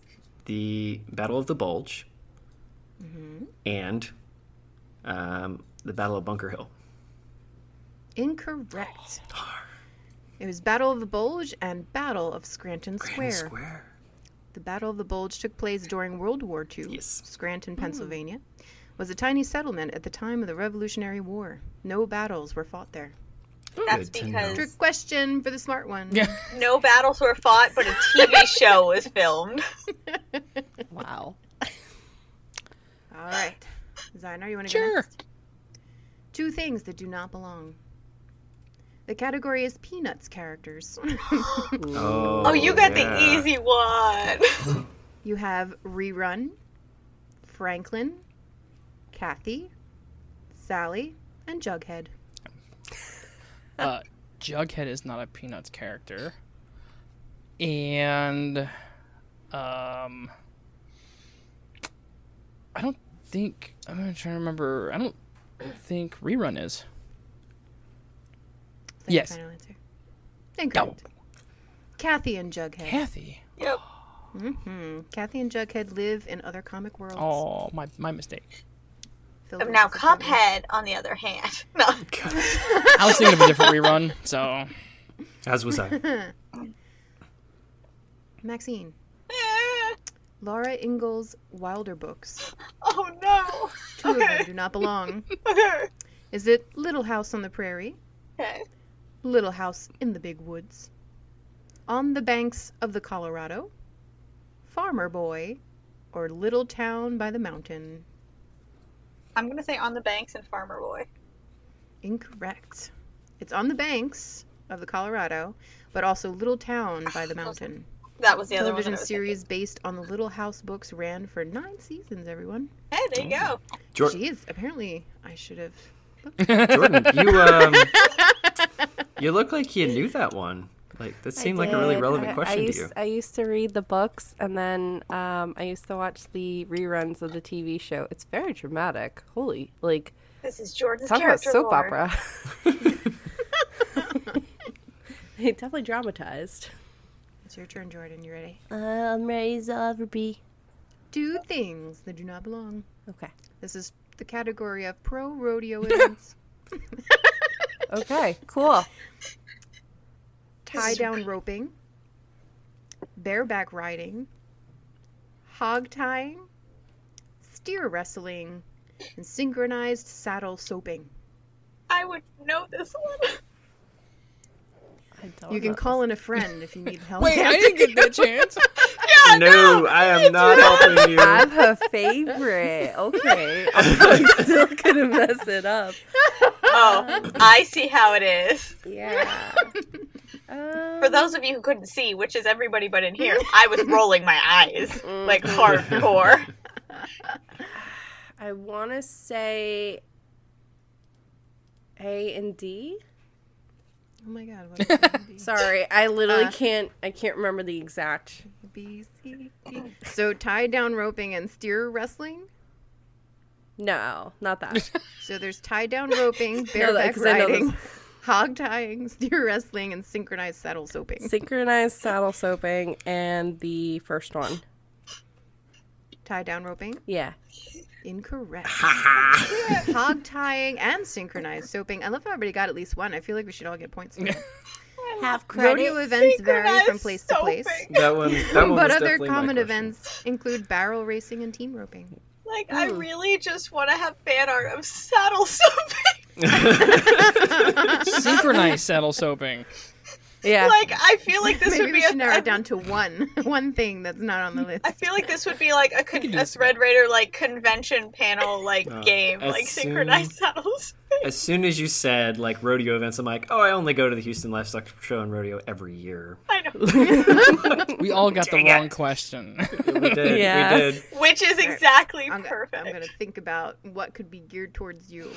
Speaker 12: the Battle of the Bulge
Speaker 6: Mm-hmm.
Speaker 12: and um, the Battle of Bunker Hill.
Speaker 6: Incorrect. It was Battle of the Bulge and Battle of Scranton
Speaker 12: Grand
Speaker 6: Square.
Speaker 12: Square.
Speaker 6: The Battle of the Bulge took place during World War II.
Speaker 12: Yes. Hmm.
Speaker 6: Scranton, Pennsylvania, was a tiny settlement at the time of the Revolutionary War. No battles were fought there.
Speaker 13: That's
Speaker 12: Good to
Speaker 13: because
Speaker 6: Trick question for the smart one.
Speaker 13: no battles were fought, but a TV show was filmed.
Speaker 11: Wow.
Speaker 6: All right. Zynar, you want to go
Speaker 14: Sure.
Speaker 6: next? Two things that do not belong. The category is Peanuts characters.
Speaker 12: Oh,
Speaker 13: Oh, you got the
Speaker 12: yeah.
Speaker 13: easy one.
Speaker 6: you have Rerun, Franklin, Kathy, Sally, and Jughead.
Speaker 14: Uh, Jughead is not a Peanuts character. And, um, I don't think, I'm gonna try to remember, I don't think Rerun is.
Speaker 6: Is that your
Speaker 14: Yes.
Speaker 6: Final answer. Incorrect. Kathy and Jughead.
Speaker 14: Kathy.
Speaker 13: Yep.
Speaker 6: hmm Kathy and Jughead live in other comic worlds.
Speaker 14: Oh, my, my mistake.
Speaker 6: filled
Speaker 13: But
Speaker 6: with
Speaker 13: now
Speaker 6: disappointment.
Speaker 13: Cuphead, on the other hand. No.
Speaker 14: I was thinking of a different Rerun, so.
Speaker 12: As was I.
Speaker 6: Maxine,
Speaker 13: Eh,
Speaker 6: Laura Ingalls Wilder books.
Speaker 13: oh no.
Speaker 6: Two of them do not belong.
Speaker 13: Okay.
Speaker 6: Is it Little House on the Prairie?
Speaker 13: Okay.
Speaker 6: Little House in the Big Woods? On the Banks of the Colorado? Farmer Boy? Or Little Town by the Mountain?
Speaker 13: I'm gonna say on the banks and Farmer Boy.
Speaker 6: Incorrect. It's on the banks of the Colorado, but also Little Town by the Mountain.
Speaker 13: That was the other one.
Speaker 6: television
Speaker 13: that I was
Speaker 6: series based on the Little House books ran for nine seasons, everyone.
Speaker 13: thinking. Hey, there you go.
Speaker 12: Jor-
Speaker 6: Jeez, apparently I should have.
Speaker 12: um, Jordan, you um, you look like you knew that one. Like that
Speaker 11: I
Speaker 12: seemed like a really
Speaker 11: did. I-
Speaker 12: relevant
Speaker 11: I
Speaker 12: question
Speaker 11: used-
Speaker 12: to you.
Speaker 11: I used to read the books, and then um, I used to watch the reruns of the TV show. It's very dramatic. Holy, like
Speaker 13: This is Jordan's
Speaker 11: talk about
Speaker 13: character
Speaker 11: soap
Speaker 13: lore.
Speaker 11: opera. They definitely dramatized.
Speaker 6: It's your turn, Jordan. You ready?
Speaker 13: Um,
Speaker 11: I'm ready, Zalverby.
Speaker 6: Do things that do not belong.
Speaker 11: Okay.
Speaker 6: This is the category of pro rodeo events.
Speaker 11: okay, cool.
Speaker 6: Tie down roping, bareback riding, hog tying, steer wrestling, and synchronized saddle soaping.
Speaker 13: I would know this one.
Speaker 6: You can call in a friend if you need help.
Speaker 13: Wait, I didn't
Speaker 11: get that chance.
Speaker 12: no, I am not helping you.
Speaker 11: I'm her favorite. Okay, I'm still gonna mess it up.
Speaker 13: Oh, I see how it is.
Speaker 11: Yeah.
Speaker 13: For those of you who couldn't see, which is everybody but in here, I was rolling my eyes like hardcore.
Speaker 11: I want to say A and D.
Speaker 6: Oh my god, what is it?
Speaker 11: Sorry, I literally
Speaker 6: Uh,
Speaker 11: can't. I can't remember the exact.
Speaker 6: B, C, D. So tie down roping and steer wrestling.
Speaker 11: No, not that.
Speaker 6: So there's tie down roping,
Speaker 11: No, like,
Speaker 6: bareback
Speaker 11: 'cause I know
Speaker 6: riding, hog tying, steer wrestling, and synchronized saddle soaping.
Speaker 11: Synchronized saddle soaping and the first one.
Speaker 6: tie down roping?
Speaker 11: Yeah.
Speaker 6: Incorrect. hog tying and synchronized soaping. I love how everybody got at least one. I feel like we should all get points. For that.
Speaker 11: Half
Speaker 6: Rodeo events vary from place to place.
Speaker 12: That one. That one
Speaker 6: but
Speaker 12: was
Speaker 6: other
Speaker 12: definitely my
Speaker 6: common
Speaker 12: question.
Speaker 6: events include barrel racing and team roping.
Speaker 13: Like, I really just want to have fan art of saddle soaping.
Speaker 14: Synchronized saddle soaping.
Speaker 11: Yeah.
Speaker 13: Like, I feel like this
Speaker 6: Maybe
Speaker 13: would
Speaker 6: we
Speaker 13: be
Speaker 6: should
Speaker 13: a,
Speaker 6: narrow
Speaker 13: I
Speaker 6: it down to one, one thing that's not on the list.
Speaker 13: I feel like this would be like a, con- a Thread Raider like convention panel like
Speaker 12: Uh,
Speaker 13: game,
Speaker 12: as
Speaker 13: like
Speaker 12: soon-
Speaker 13: synchronized saddles.
Speaker 12: As soon as you said like rodeo events, I'm like, oh, I only go to the Houston Livestock Show and Rodeo every year.
Speaker 13: I
Speaker 14: know. we all got
Speaker 12: Dang
Speaker 14: the
Speaker 12: it.
Speaker 14: wrong question.
Speaker 12: We did.
Speaker 14: Yeah.
Speaker 12: We did.
Speaker 13: Which is exactly
Speaker 6: perfect. I'm gonna think about what could be geared towards you.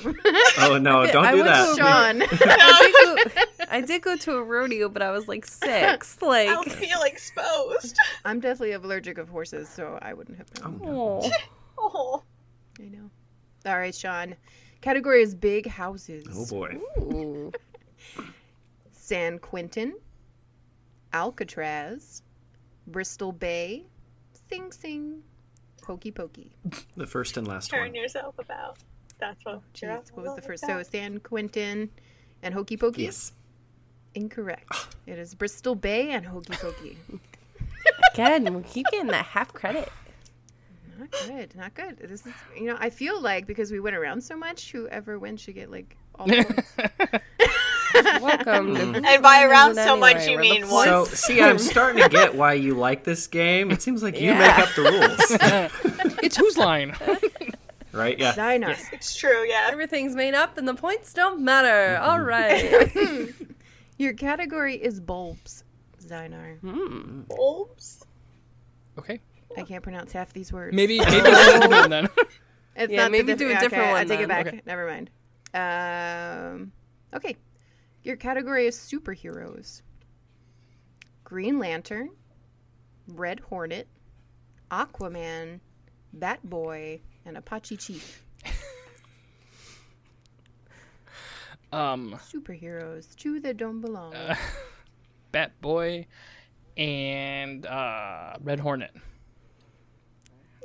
Speaker 12: Oh no! Don't do that.
Speaker 6: Sean.
Speaker 11: I, did go, I did go to a rodeo, but I was like six.
Speaker 6: Oh,
Speaker 11: Like
Speaker 13: I'll feel exposed.
Speaker 6: I'm definitely allergic of horses, so I wouldn't have known.
Speaker 11: Oh.
Speaker 13: Oh.
Speaker 6: I know. All right, Sean. Category is big houses.
Speaker 12: Oh boy.
Speaker 11: Ooh.
Speaker 6: San Quentin, Alcatraz, Bristol Bay, Sing Sing, Pokey Pokey.
Speaker 12: The first and last
Speaker 13: Turn
Speaker 12: one.
Speaker 13: yourself about. That's what. you're
Speaker 6: Jeez, what was the
Speaker 13: like
Speaker 6: first?
Speaker 13: that.
Speaker 6: So San Quentin and Hokey Pokey.
Speaker 12: Yes. Ah.
Speaker 6: Incorrect. It is Bristol Bay and Hokey Pokey.
Speaker 11: Again, we keep getting that half credit.
Speaker 6: Not good. Not good. This is, you know, I feel like because we went around so much, whoever wins should get like all the points.
Speaker 11: Welcome. to
Speaker 13: And by
Speaker 11: Finders
Speaker 13: around
Speaker 11: It
Speaker 13: so much,
Speaker 11: Anyway, where
Speaker 13: you
Speaker 11: the
Speaker 13: mean
Speaker 11: points-
Speaker 13: one.
Speaker 12: So see, I'm starting to get why you like this game. It seems like you
Speaker 11: Yeah.
Speaker 12: make up the rules,
Speaker 14: it's whose line?
Speaker 12: right? Yeah.
Speaker 6: Dinah.
Speaker 13: It's true, yeah.
Speaker 11: Everything's made up, and the points don't matter.
Speaker 14: Mm-hmm.
Speaker 11: All right.
Speaker 6: Your category is bulbs, Zynar.
Speaker 11: Hmm.
Speaker 13: Bulbs?
Speaker 14: Okay.
Speaker 6: I can't pronounce half these words.
Speaker 14: Maybe maybe that's a different one then.
Speaker 6: It's
Speaker 11: Yeah,
Speaker 6: not the
Speaker 11: maybe
Speaker 6: diff-
Speaker 11: do a
Speaker 6: yeah,
Speaker 11: different
Speaker 6: okay, I
Speaker 11: one
Speaker 6: take it
Speaker 11: then.
Speaker 6: back. Never mind. Um, okay. Your category is superheroes. Green Lantern, Red Hornet, Aquaman, Batboy, and Apache Chief.
Speaker 14: Um, uh,
Speaker 6: Superheroes to the don't belong.
Speaker 14: Bat Boy and uh, Red Hornet.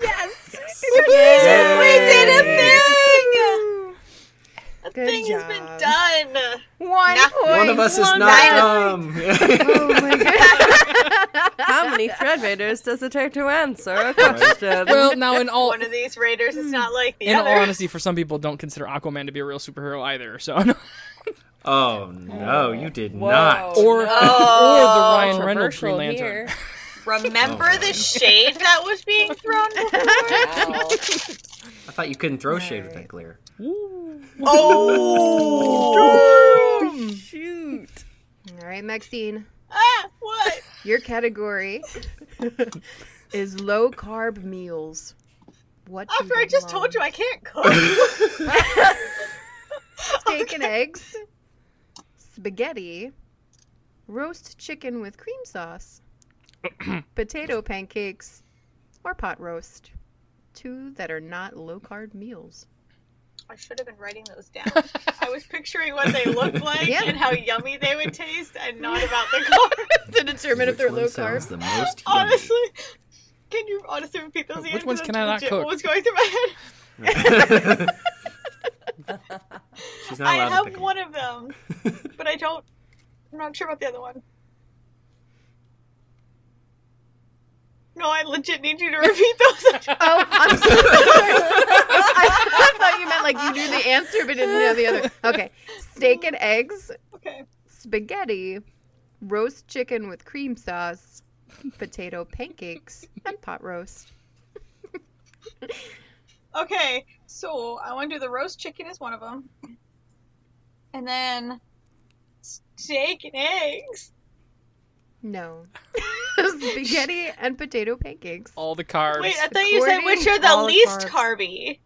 Speaker 6: Good
Speaker 13: Thing
Speaker 6: job.
Speaker 13: has been done.
Speaker 6: One point.
Speaker 12: One of us is
Speaker 6: one
Speaker 12: not um,
Speaker 6: point.
Speaker 12: dumb.
Speaker 6: Oh my god.
Speaker 11: How many thread raiders does it take to answer a question?
Speaker 14: Well, now in all
Speaker 13: One of these raiders is not like the
Speaker 14: in all
Speaker 13: other.
Speaker 14: honesty, for some people, don't consider Aquaman to be a real superhero either. So,
Speaker 12: Oh no, you did not.
Speaker 13: Oh.
Speaker 14: or or the Ryan Reynolds Green
Speaker 11: Controversial
Speaker 14: Lantern.
Speaker 11: here.
Speaker 13: Remember
Speaker 12: Oh,
Speaker 13: the shade that was being thrown before?
Speaker 12: I thought you couldn't throw shade with that glare. Uh,
Speaker 13: oh!
Speaker 11: Shoot.
Speaker 6: All right, Maxine.
Speaker 13: ah, what?
Speaker 6: Your category is low carb meals. What? do
Speaker 13: After
Speaker 6: they
Speaker 13: I just
Speaker 6: belong?
Speaker 13: told you I can't cook.
Speaker 6: steak and eggs, spaghetti, roast chicken with cream sauce, potato pancakes, or pot roast. Two that are not low carb meals.
Speaker 13: I should have been writing those down. I was picturing what they looked like
Speaker 6: Yeah.
Speaker 13: and how yummy they would taste, and not about the carbs
Speaker 6: to determine if they're low carb.
Speaker 12: the most
Speaker 13: honestly, can you honestly repeat those again?
Speaker 14: Which ones
Speaker 13: 'Cause
Speaker 14: can I
Speaker 13: that's
Speaker 14: not
Speaker 13: legit What was
Speaker 14: cook?
Speaker 13: going through my head?
Speaker 12: She's not
Speaker 13: I
Speaker 12: allowed to
Speaker 13: have
Speaker 12: pick 'em.
Speaker 13: one of them, but I don't. I'm not sure about the other one. No, I legit need you to repeat those.
Speaker 6: oh, I'm so sorry. I, I thought you meant like you knew the answer but didn't know the other. Oh, Okay. Steak and eggs.
Speaker 13: Okay.
Speaker 6: Spaghetti. Roast chicken with cream sauce. Potato pancakes and pot roast.
Speaker 13: Okay, so I want to do the roast chicken is one of them, and then steak and eggs.
Speaker 6: No. Spaghetti and potato pancakes.
Speaker 14: All the carbs.
Speaker 13: Wait, I thought you said which are the least carby.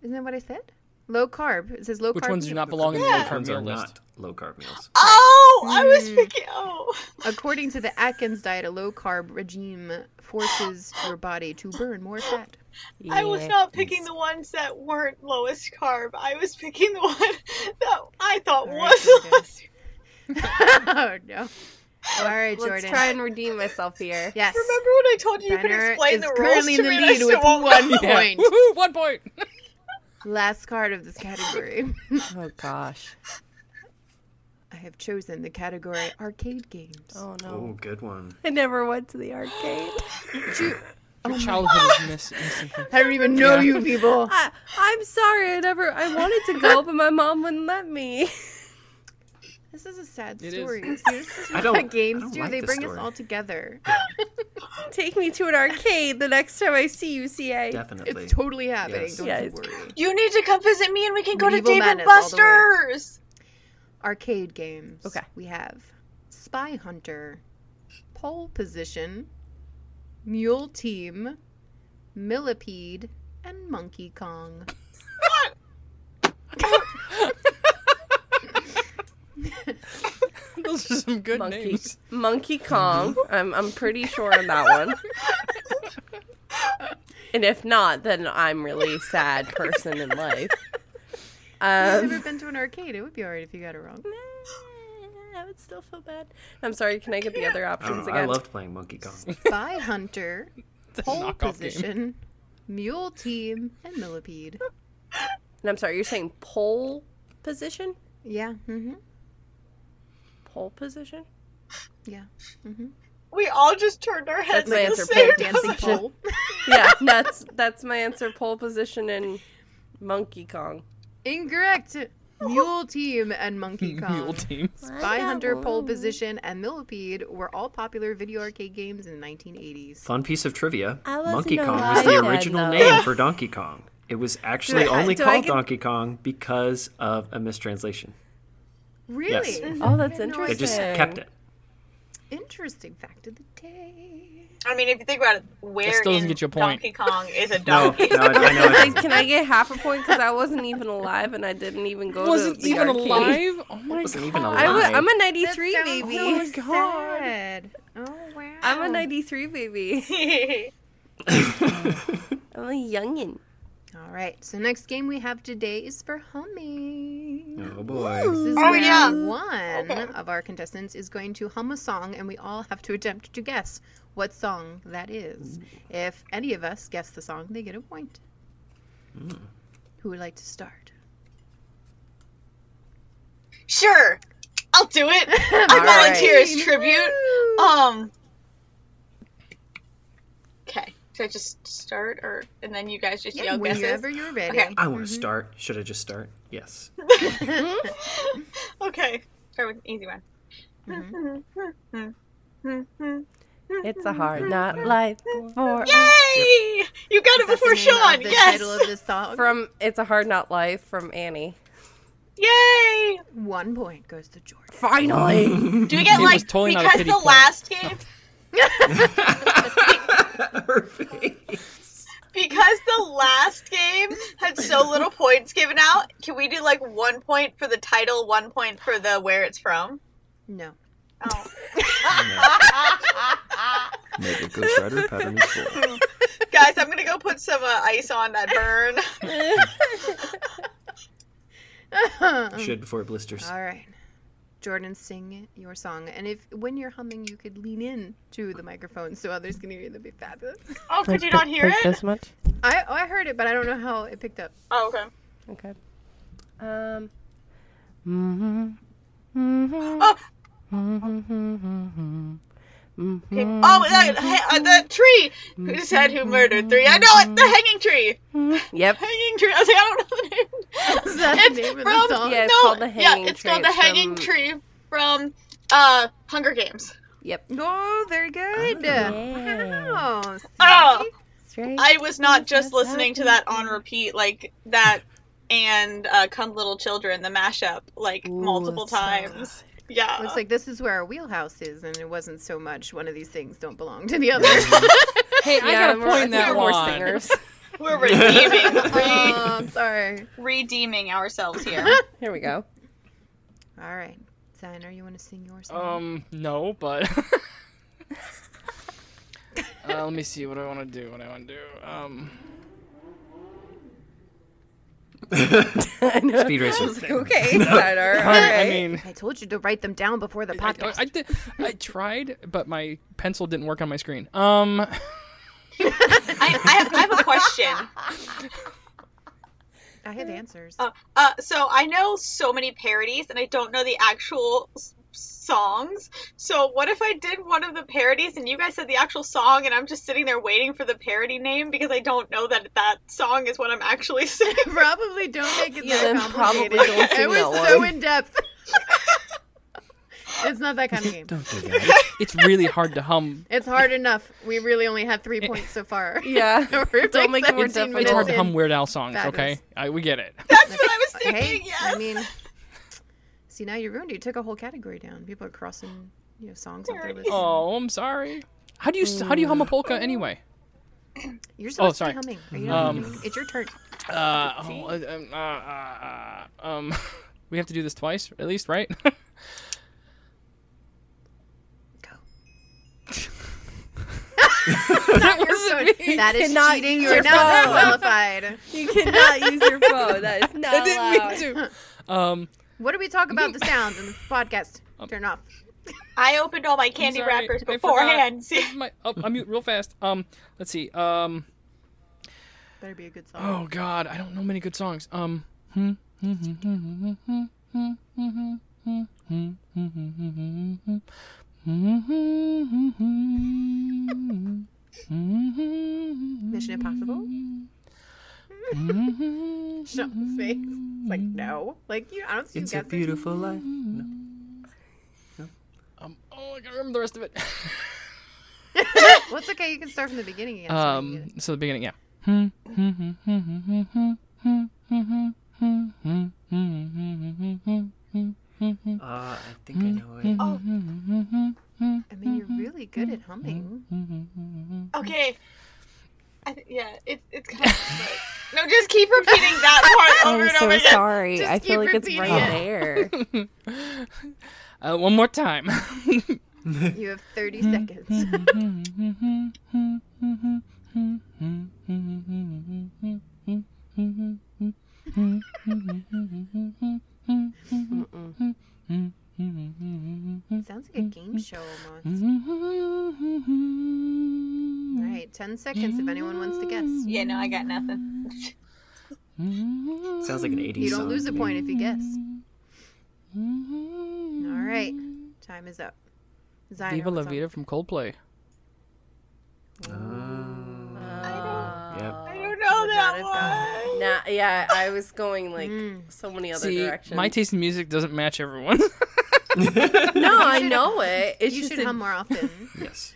Speaker 6: Isn't that what I said? Low carb. It says low carb.
Speaker 14: Which ones do
Speaker 6: meal.
Speaker 14: not belong in the
Speaker 13: Yeah.
Speaker 14: low carb
Speaker 12: Ones
Speaker 14: meal
Speaker 12: are
Speaker 14: list?
Speaker 12: not low carb meals.
Speaker 13: Oh, I was thinking. Oh,
Speaker 6: hmm. According to the Atkins diet, a low carb regime forces your body to burn more fat.
Speaker 13: I was not picking the ones that weren't lowest carb. I was picking the one that I thought was lowest.
Speaker 6: oh no. All right,
Speaker 11: Let's
Speaker 6: Jordan.
Speaker 11: try and redeem myself here.
Speaker 6: Yes.
Speaker 13: Remember when I told you you could
Speaker 6: Brenner
Speaker 13: explain
Speaker 6: is
Speaker 13: the rules
Speaker 6: currently
Speaker 13: to
Speaker 6: in the
Speaker 13: me? and I
Speaker 6: lead with
Speaker 13: still won't
Speaker 6: one
Speaker 13: know?
Speaker 14: Yeah.
Speaker 6: point.
Speaker 14: Woohoo! One point.
Speaker 6: Last card of this category.
Speaker 11: Oh gosh.
Speaker 6: I have chosen the category arcade games.
Speaker 11: Oh no.
Speaker 12: Oh, good one.
Speaker 11: I never went to the arcade.
Speaker 6: Oh
Speaker 11: oh
Speaker 14: Your childhood is miss- missing.
Speaker 6: I don't even know
Speaker 14: Yeah.
Speaker 6: you people.
Speaker 11: I, I'm sorry. I never. I wanted to go, but my mom wouldn't let me.
Speaker 6: This is a sad
Speaker 14: It is.
Speaker 6: story. See, this is
Speaker 12: I
Speaker 6: what
Speaker 12: don't-
Speaker 6: the
Speaker 12: I
Speaker 6: games
Speaker 12: don't
Speaker 6: do.
Speaker 12: like
Speaker 6: they
Speaker 12: this
Speaker 6: bring us
Speaker 12: story.
Speaker 6: all together.
Speaker 11: Take me to an arcade the next time I see you, CA.
Speaker 12: Definitely.
Speaker 6: It's totally happening.
Speaker 12: Yes.
Speaker 6: Don't
Speaker 11: Yes.
Speaker 6: you worry.
Speaker 13: You need to come visit me and we can go
Speaker 6: Medieval
Speaker 13: to Dave and
Speaker 6: madness all the way.
Speaker 13: Buster's.
Speaker 6: Arcade games.
Speaker 11: Okay.
Speaker 6: We have Spy Hunter, Pole Position, Mule Team, Millipede, and Monkey Kong.
Speaker 14: Those are some good
Speaker 11: Monkey.
Speaker 14: names.
Speaker 11: Monkey Kong. I'm I'm pretty sure on that one. And if not, then I'm really sad person in life.
Speaker 6: I've
Speaker 11: Um,
Speaker 6: never been to an arcade. It would be alright if you got it wrong.
Speaker 11: I would still feel bad. I'm sorry. Can I get the other
Speaker 12: I, don't
Speaker 6: Uh,
Speaker 11: options
Speaker 12: know, Oh, I
Speaker 11: again?
Speaker 12: loved playing Monkey Kong.
Speaker 6: Spy Hunter, Pole
Speaker 14: knockoff game.
Speaker 6: Position, Mule Team, and Millipede.
Speaker 11: and I'm sorry. You're saying pole position?
Speaker 6: Yeah. Mm-hmm.
Speaker 11: Pole position?
Speaker 6: Yeah. Mm-hmm.
Speaker 13: We all just turned our
Speaker 11: That's
Speaker 13: heads
Speaker 11: my
Speaker 13: at the
Speaker 11: answer.
Speaker 13: same
Speaker 11: Pole
Speaker 13: time.
Speaker 11: dancing pole. Yeah, that's that's my answer. Pole position and Monkey Kong.
Speaker 6: Incorrect. Mule Team and Monkey Kong.
Speaker 14: Mule team.
Speaker 6: Spy
Speaker 11: got
Speaker 6: Hunter, Pole
Speaker 11: one.
Speaker 6: Position, and Millipede were all popular video arcade games in the 1980s.
Speaker 12: Fun piece of trivia:
Speaker 11: I wasn't
Speaker 12: Monkey Kong was
Speaker 11: alive
Speaker 12: the
Speaker 11: then,
Speaker 12: original
Speaker 11: though.
Speaker 12: name for Donkey Kong. It was actually
Speaker 11: Do I-
Speaker 12: only
Speaker 11: do I
Speaker 12: called
Speaker 11: get-
Speaker 12: Donkey Kong because of a mistranslation.
Speaker 6: Really?
Speaker 11: Oh, that's
Speaker 6: I had
Speaker 11: interesting.
Speaker 6: no
Speaker 12: They just
Speaker 11: Interesting.
Speaker 12: kept it.
Speaker 6: Interesting fact of the day.
Speaker 13: I mean, if you think about it, where
Speaker 14: still doesn't
Speaker 13: in
Speaker 14: get you a point.
Speaker 13: Donkey Kong is a
Speaker 12: No,
Speaker 13: donkey?
Speaker 12: no, I, I know.
Speaker 11: Like,
Speaker 12: it.
Speaker 11: can I get half a point because I wasn't even alive and I didn't even go
Speaker 14: Wasn't
Speaker 11: to the
Speaker 14: even
Speaker 11: arcade.
Speaker 14: alive. Oh my
Speaker 12: Wasn't
Speaker 14: god.
Speaker 12: even
Speaker 11: I
Speaker 12: alive.
Speaker 11: was, I'm a
Speaker 6: That
Speaker 11: 93
Speaker 6: sounds
Speaker 11: baby.
Speaker 6: so sad. Oh wow.
Speaker 11: I'm a 93 baby. I'm a youngin.
Speaker 6: All right. So next game we have today is for humming.
Speaker 12: Oh boy.
Speaker 6: This is
Speaker 13: Oh,
Speaker 6: where
Speaker 13: yeah.
Speaker 6: one
Speaker 13: Okay.
Speaker 6: of our contestants is going to hum a song, and we all have to attempt to guess what song that is. If any of us guess the song, they get a point. Who would like to start?
Speaker 13: sure, I'll do it. I
Speaker 11: All
Speaker 13: volunteer as
Speaker 6: right.
Speaker 13: tribute. Um. Okay, should I just start, or and then you guys just
Speaker 6: Yeah,
Speaker 13: yell guesses?
Speaker 6: whenever you're ready.
Speaker 13: Okay.
Speaker 12: I want to start. Should I just start? Yes.
Speaker 13: okay, start with an easy one.
Speaker 6: Mm-hmm.
Speaker 11: It's a hard not life for
Speaker 13: Yay! You got it
Speaker 6: That's the
Speaker 13: before
Speaker 6: name of
Speaker 13: Sean.
Speaker 6: the
Speaker 13: Yes.
Speaker 6: title of this song.
Speaker 11: from It's a hard not life from Annie.
Speaker 13: Yay!
Speaker 6: One point goes to Jordan.
Speaker 11: Finally.
Speaker 13: Do we get
Speaker 14: It was
Speaker 13: like
Speaker 14: totally not
Speaker 13: because
Speaker 14: a pity
Speaker 13: the
Speaker 14: point.
Speaker 13: last game?
Speaker 12: Perfect.
Speaker 13: Because the last game had so little points given out, can we do like one point for the title, one point for the where it's from?
Speaker 6: No.
Speaker 13: Oh.
Speaker 3: Mega Ghost Rider pattern is four.
Speaker 13: Guys, I'm gonna go put some uh, ice on that burn.
Speaker 12: You should before it blisters.
Speaker 6: All right. Jordan, sing your song. And if when you're humming, you could lean in to the microphone so others can hear you. That'd be fabulous.
Speaker 13: Oh, could Like you not th- hear like it? this much?
Speaker 6: I, oh, I heard it, but I don't know how it picked up.
Speaker 13: Oh, okay.
Speaker 11: Okay. Um. Mm-hmm.
Speaker 12: Mm-hmm.
Speaker 13: Oh. Okay. Oh, that, ha- uh, that tree who said who murdered three. I know it, the hanging tree.
Speaker 12: Mm-hmm.
Speaker 11: Yep.
Speaker 13: Hanging tree. I was like, I don't know the name.
Speaker 6: Is that the name of the song?
Speaker 11: Yeah, it's
Speaker 13: no,
Speaker 11: called The Hanging
Speaker 13: yeah, it's
Speaker 11: Tree.
Speaker 13: called the
Speaker 11: It's
Speaker 13: hanging
Speaker 11: from-
Speaker 13: tree from uh Hunger Games.
Speaker 11: Yep. Oh,
Speaker 6: Oh, very good. Wow.
Speaker 13: Oh,
Speaker 11: Straight
Speaker 13: I was not just listening to that on repeat like that, and uh, "Come Little Children" the mashup like multiple times. Yeah,
Speaker 6: Looks like this is where our wheelhouse is, and it wasn't so much one of these things don't belong to the other.
Speaker 14: hey, I
Speaker 13: Yeah,
Speaker 14: gotta
Speaker 13: we're-
Speaker 14: point that
Speaker 13: we're more
Speaker 14: one.
Speaker 13: singers. we're redeeming.
Speaker 6: Oh, I'm sorry.
Speaker 13: Redeeming ourselves here.
Speaker 11: Here we go.
Speaker 6: All right. Ziner, you want to sing your song?
Speaker 14: Um, no, but uh, let me see what I want to do. What I want to do. Um,
Speaker 12: Speed racer.
Speaker 6: okay,
Speaker 14: No.
Speaker 6: Ziner.
Speaker 14: I- I
Speaker 6: alright.
Speaker 14: mean-
Speaker 6: I told you to write them down before the
Speaker 14: I,
Speaker 6: podcast.
Speaker 14: I, I did, I tried, but my pencil didn't work on my screen. Um,
Speaker 13: I, I, have, I have a question.
Speaker 6: I have answers.
Speaker 13: Uh, uh, so I know so many parodies, and I don't know the actual s- songs. So what if I did one of the parodies, and you guys said the actual song, and I'm just sitting there waiting for the parody name because I don't know that that song is what I'm actually singing.
Speaker 6: probably don't make it
Speaker 11: Yeah,
Speaker 6: that
Speaker 11: then probably
Speaker 6: complicated.
Speaker 11: don't
Speaker 6: it
Speaker 11: sing
Speaker 6: was
Speaker 11: that
Speaker 6: so
Speaker 11: one.
Speaker 6: in depth. it's not that kind of game.
Speaker 14: it's really hard to hum.
Speaker 6: It's hard enough. We really only have three points so far.
Speaker 11: Yeah.
Speaker 6: We're
Speaker 11: Don't
Speaker 6: like
Speaker 11: make it more difficult.
Speaker 6: 17
Speaker 14: It's
Speaker 6: minutes
Speaker 14: hard to
Speaker 6: in.
Speaker 14: hum Weird Al songs.
Speaker 6: Fabulous.
Speaker 14: Okay, I, we get it.
Speaker 6: Hey, I mean, see now you ruined it. You took a whole category down. People are crossing, you know, songs off their list.
Speaker 14: Oh, I'm sorry. How do you s how do you hum a polka anyway?
Speaker 6: You're
Speaker 14: oh,
Speaker 6: supposed to
Speaker 14: sorry.
Speaker 6: be humming. Are you not
Speaker 14: Um,
Speaker 6: humming? It's your turn.
Speaker 14: Uh, oh, uh, um, uh, uh, uh, um, we have to do this twice, at least, right?
Speaker 6: that
Speaker 11: wasn't me.
Speaker 6: That is
Speaker 11: Cannot
Speaker 6: cheating.
Speaker 11: use
Speaker 6: You are
Speaker 11: your
Speaker 6: not
Speaker 11: phone.
Speaker 6: qualified.
Speaker 11: You cannot use your phone. That is not
Speaker 6: I didn't mean
Speaker 11: allowed.
Speaker 14: um,
Speaker 6: What do we talk about the sound in the podcast?
Speaker 12: Um,
Speaker 6: Turn off.
Speaker 13: I opened all my candy
Speaker 14: sorry,
Speaker 13: wrappers
Speaker 14: I forgot.
Speaker 13: beforehand.
Speaker 14: My, oh, I mute real fast. Um, let's see. Um,
Speaker 6: Better be a good song.
Speaker 14: oh God, I don't know many good songs. Um,
Speaker 6: Mission Impossible. Sean's face. It's Like no. Like you. I don't see
Speaker 12: Mm-hmm. It's
Speaker 6: you
Speaker 12: a
Speaker 6: guessing.
Speaker 12: beautiful life. No.
Speaker 14: oh, I gotta remember the rest of it.
Speaker 6: well, it's okay. You can start from the beginning again.
Speaker 12: Uh,
Speaker 14: Um, so the beginning, yeah. Hmm,
Speaker 12: Uh, I think I know it.
Speaker 13: Oh.
Speaker 6: I mean, you're really good at humming.
Speaker 13: Okay. I th- yeah, it, it's kind of. but- No, just keep repeating that part over
Speaker 11: I'm
Speaker 13: and
Speaker 11: so
Speaker 13: over again.
Speaker 11: sorry.
Speaker 13: Just
Speaker 11: I feel like
Speaker 13: keep
Speaker 11: it's
Speaker 13: repeating
Speaker 11: right
Speaker 13: it.
Speaker 11: there.
Speaker 14: Uh, one more time.
Speaker 6: You have 30 seconds. Sounds like a game show almost.
Speaker 12: mm-hmm.
Speaker 6: All right, 10 seconds if anyone wants to guess.
Speaker 13: Yeah, no, I got nothing.
Speaker 12: Sounds like an 80s
Speaker 6: Mm-hmm. You don't
Speaker 12: song
Speaker 6: lose
Speaker 12: to
Speaker 6: a
Speaker 12: me. Mm-hmm.
Speaker 6: point if you guess. All right, time is up. Ziner,
Speaker 14: Diva La
Speaker 6: what's up?
Speaker 14: Vida from Coldplay.
Speaker 12: Ah. Yep.
Speaker 13: I
Speaker 11: Oh,
Speaker 13: don't know that one.
Speaker 11: Nah, yeah, I was going like so many other
Speaker 14: See,
Speaker 11: directions.
Speaker 14: my taste in music doesn't match everyone's.
Speaker 11: no, I
Speaker 6: should-
Speaker 11: know it. It's
Speaker 6: you
Speaker 11: just
Speaker 6: should
Speaker 11: a-
Speaker 6: hum more often.
Speaker 12: yes.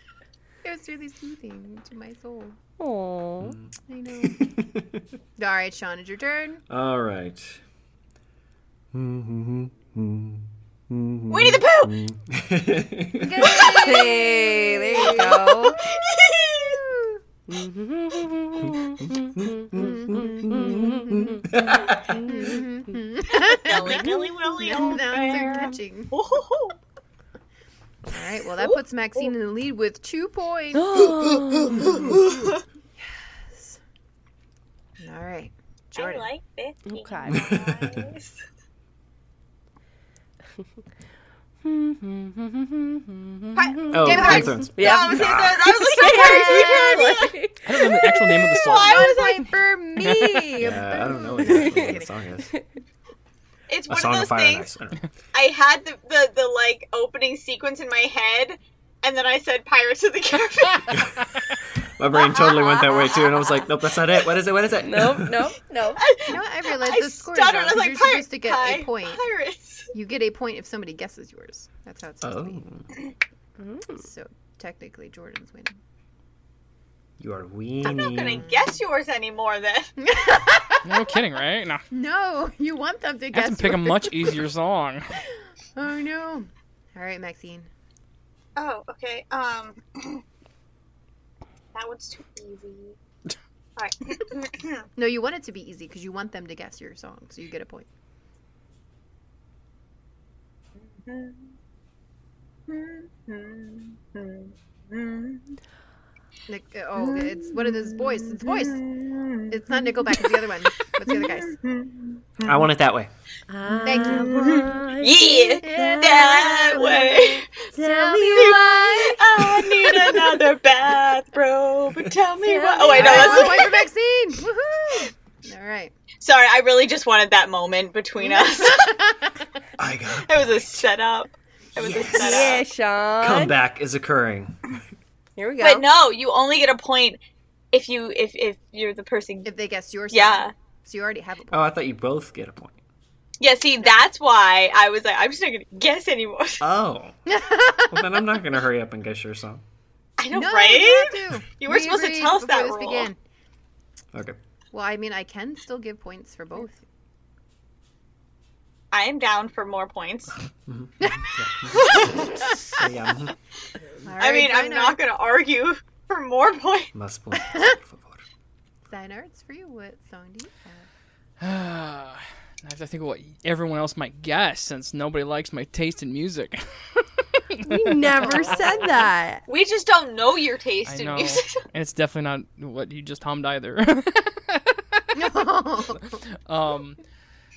Speaker 6: it was really soothing to my soul.
Speaker 11: Aw.
Speaker 12: Mm.
Speaker 6: I know. All right, Sean, it's your turn.
Speaker 12: All right.
Speaker 13: Winnie the Pooh!
Speaker 11: Hey, there you go.
Speaker 13: Billy, Billy, Willy,
Speaker 6: None
Speaker 13: old
Speaker 6: of the sounds are
Speaker 13: bear.
Speaker 6: catching.
Speaker 13: Ooh,
Speaker 6: All right. Well, that puts Maxine in the lead with two points.
Speaker 13: Oh.
Speaker 6: yes. All right. Jordan.
Speaker 13: I like this.
Speaker 11: Okay.
Speaker 13: Oh,
Speaker 11: Game of Thrones.
Speaker 13: Yeah.
Speaker 11: Yeah.
Speaker 13: I was, I was like,
Speaker 11: Yay!
Speaker 13: I
Speaker 12: don't know the actual name of the song.
Speaker 13: Why was I-
Speaker 6: Point for me.
Speaker 12: Yeah, I don't know what the actual name of the song is.
Speaker 13: It's
Speaker 12: A
Speaker 13: one
Speaker 12: Song
Speaker 13: of
Speaker 12: of,
Speaker 13: those
Speaker 12: Fire and
Speaker 13: things.
Speaker 12: Ice. I don't know.
Speaker 13: I had the, the the like opening sequence in my head, and then I said Pirates of the Caribbean.
Speaker 12: My brain totally went that way too, and I was like, nope, that's not it. What is it? What is it?
Speaker 11: Nope.
Speaker 6: No. You know what? I realized the score is
Speaker 13: stuttered. I
Speaker 6: out
Speaker 13: was
Speaker 6: 'cause
Speaker 13: like,
Speaker 6: you're supposed
Speaker 13: "Pirate-
Speaker 6: to get
Speaker 13: pi-
Speaker 6: a point.
Speaker 13: pirates."
Speaker 6: You get a point if somebody guesses yours. That's how it's supposed
Speaker 12: Oh,
Speaker 6: to be. So technically, Jordan's winning.
Speaker 12: you are weenie.
Speaker 13: I'm not gonna guess yours anymore then.
Speaker 14: No kidding, right? No.
Speaker 6: No, Oh, you want them to
Speaker 14: I
Speaker 6: guess.
Speaker 14: have to pick a
Speaker 6: yours.
Speaker 14: much easier song.
Speaker 6: Oh no! All right, Maxine.
Speaker 13: Oh, okay. Um, that one's too easy. All right.
Speaker 6: No, you want it to be easy because you want them to guess your song, so you get a point. Nick, uh, oh, it's one of those boys. It's boys. It's not Nickelback. It's the other one. What's the other guys?
Speaker 12: I want it that way.
Speaker 6: Thank you.
Speaker 13: yeah, that way.
Speaker 11: Tell
Speaker 13: me
Speaker 11: why
Speaker 13: I need another bathrobe. Tell me why. Oh wait, no,
Speaker 6: All right, one
Speaker 13: that's
Speaker 6: point for Maxine. Woohoo! All right.
Speaker 13: Sorry, I really just wanted that moment between us.
Speaker 12: I got
Speaker 13: It was a setup. It was a setup.
Speaker 11: Yeah, Sean.
Speaker 12: comeback is occurring.
Speaker 11: Here we go.
Speaker 13: But no, you only get a point if you if if you're the person.
Speaker 6: If they guess your song.
Speaker 13: Yeah.
Speaker 6: So you already have a point.
Speaker 12: Oh, I thought you both get a point.
Speaker 13: Yeah. See, that's why I was like, I'm just not gonna guess anymore.
Speaker 12: Oh. well, then I'm not gonna hurry up and guess your song.
Speaker 13: I know,
Speaker 6: No,
Speaker 13: right?
Speaker 6: You, don't have to.
Speaker 13: You were
Speaker 6: We
Speaker 13: supposed to
Speaker 6: agreed
Speaker 13: tell us
Speaker 6: before
Speaker 13: that
Speaker 6: this
Speaker 13: rule.
Speaker 6: began.
Speaker 12: Okay.
Speaker 6: Well, I mean, I can still give points for both.
Speaker 13: I am down for more points.
Speaker 12: Yeah, mhm.
Speaker 6: All
Speaker 13: I
Speaker 6: right,
Speaker 13: mean, I'm
Speaker 6: Zynard.
Speaker 13: not gonna argue for more points.
Speaker 12: Must play.
Speaker 6: Zynard, it's for you. What song do you have?
Speaker 14: I have to think of what everyone else might guess since nobody likes my taste in music.
Speaker 11: We never said that.
Speaker 13: We just don't know your taste
Speaker 14: I
Speaker 13: in
Speaker 14: know.
Speaker 13: music.
Speaker 14: And it's definitely not what you just hummed either. um,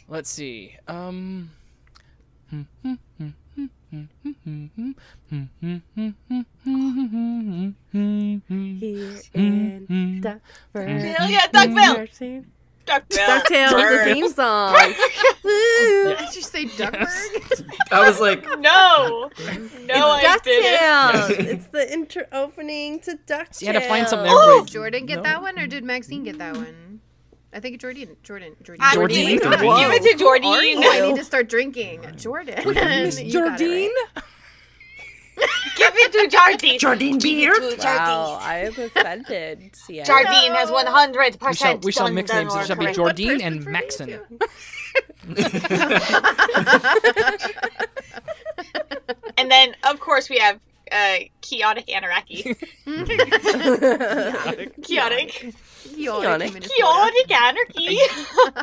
Speaker 14: let's see. Um,
Speaker 11: Here in the
Speaker 13: Hell yeah, Duckbill! Duckbill.
Speaker 11: DuckTales is the theme song. Woo.
Speaker 6: Did you say Duckburg?
Speaker 12: I was like,
Speaker 13: No, no, I
Speaker 11: it's
Speaker 13: didn't.
Speaker 11: DuckTales. Oh, it's the intro opening to DuckTales.
Speaker 14: you had to find something
Speaker 11: Oh,
Speaker 14: everybody.
Speaker 6: Jordan get
Speaker 14: No.
Speaker 6: that one, or did Maxine get that one? I think Jordan. Jordan. Jordan.
Speaker 13: I
Speaker 14: Jordan?
Speaker 13: didn't.
Speaker 14: Jordan?
Speaker 13: Give it to Jordan.
Speaker 6: Oh, I need to start drinking. Jordan.
Speaker 11: Miss
Speaker 6: you got it
Speaker 11: Jardine?
Speaker 13: Give it to Jardine.
Speaker 12: Jardine beer?
Speaker 13: Give it to Jardine.
Speaker 11: Wow, I am offended. Sienna.
Speaker 13: Jardine has 100
Speaker 14: We shall,
Speaker 13: percent.
Speaker 14: we shall mix names. It shall be Jordine and Maxon.
Speaker 13: And then, of course, we have uh, chaotic anarchy. chaotic,
Speaker 6: Chaotic. Minnesota.
Speaker 13: chaotic anarchy.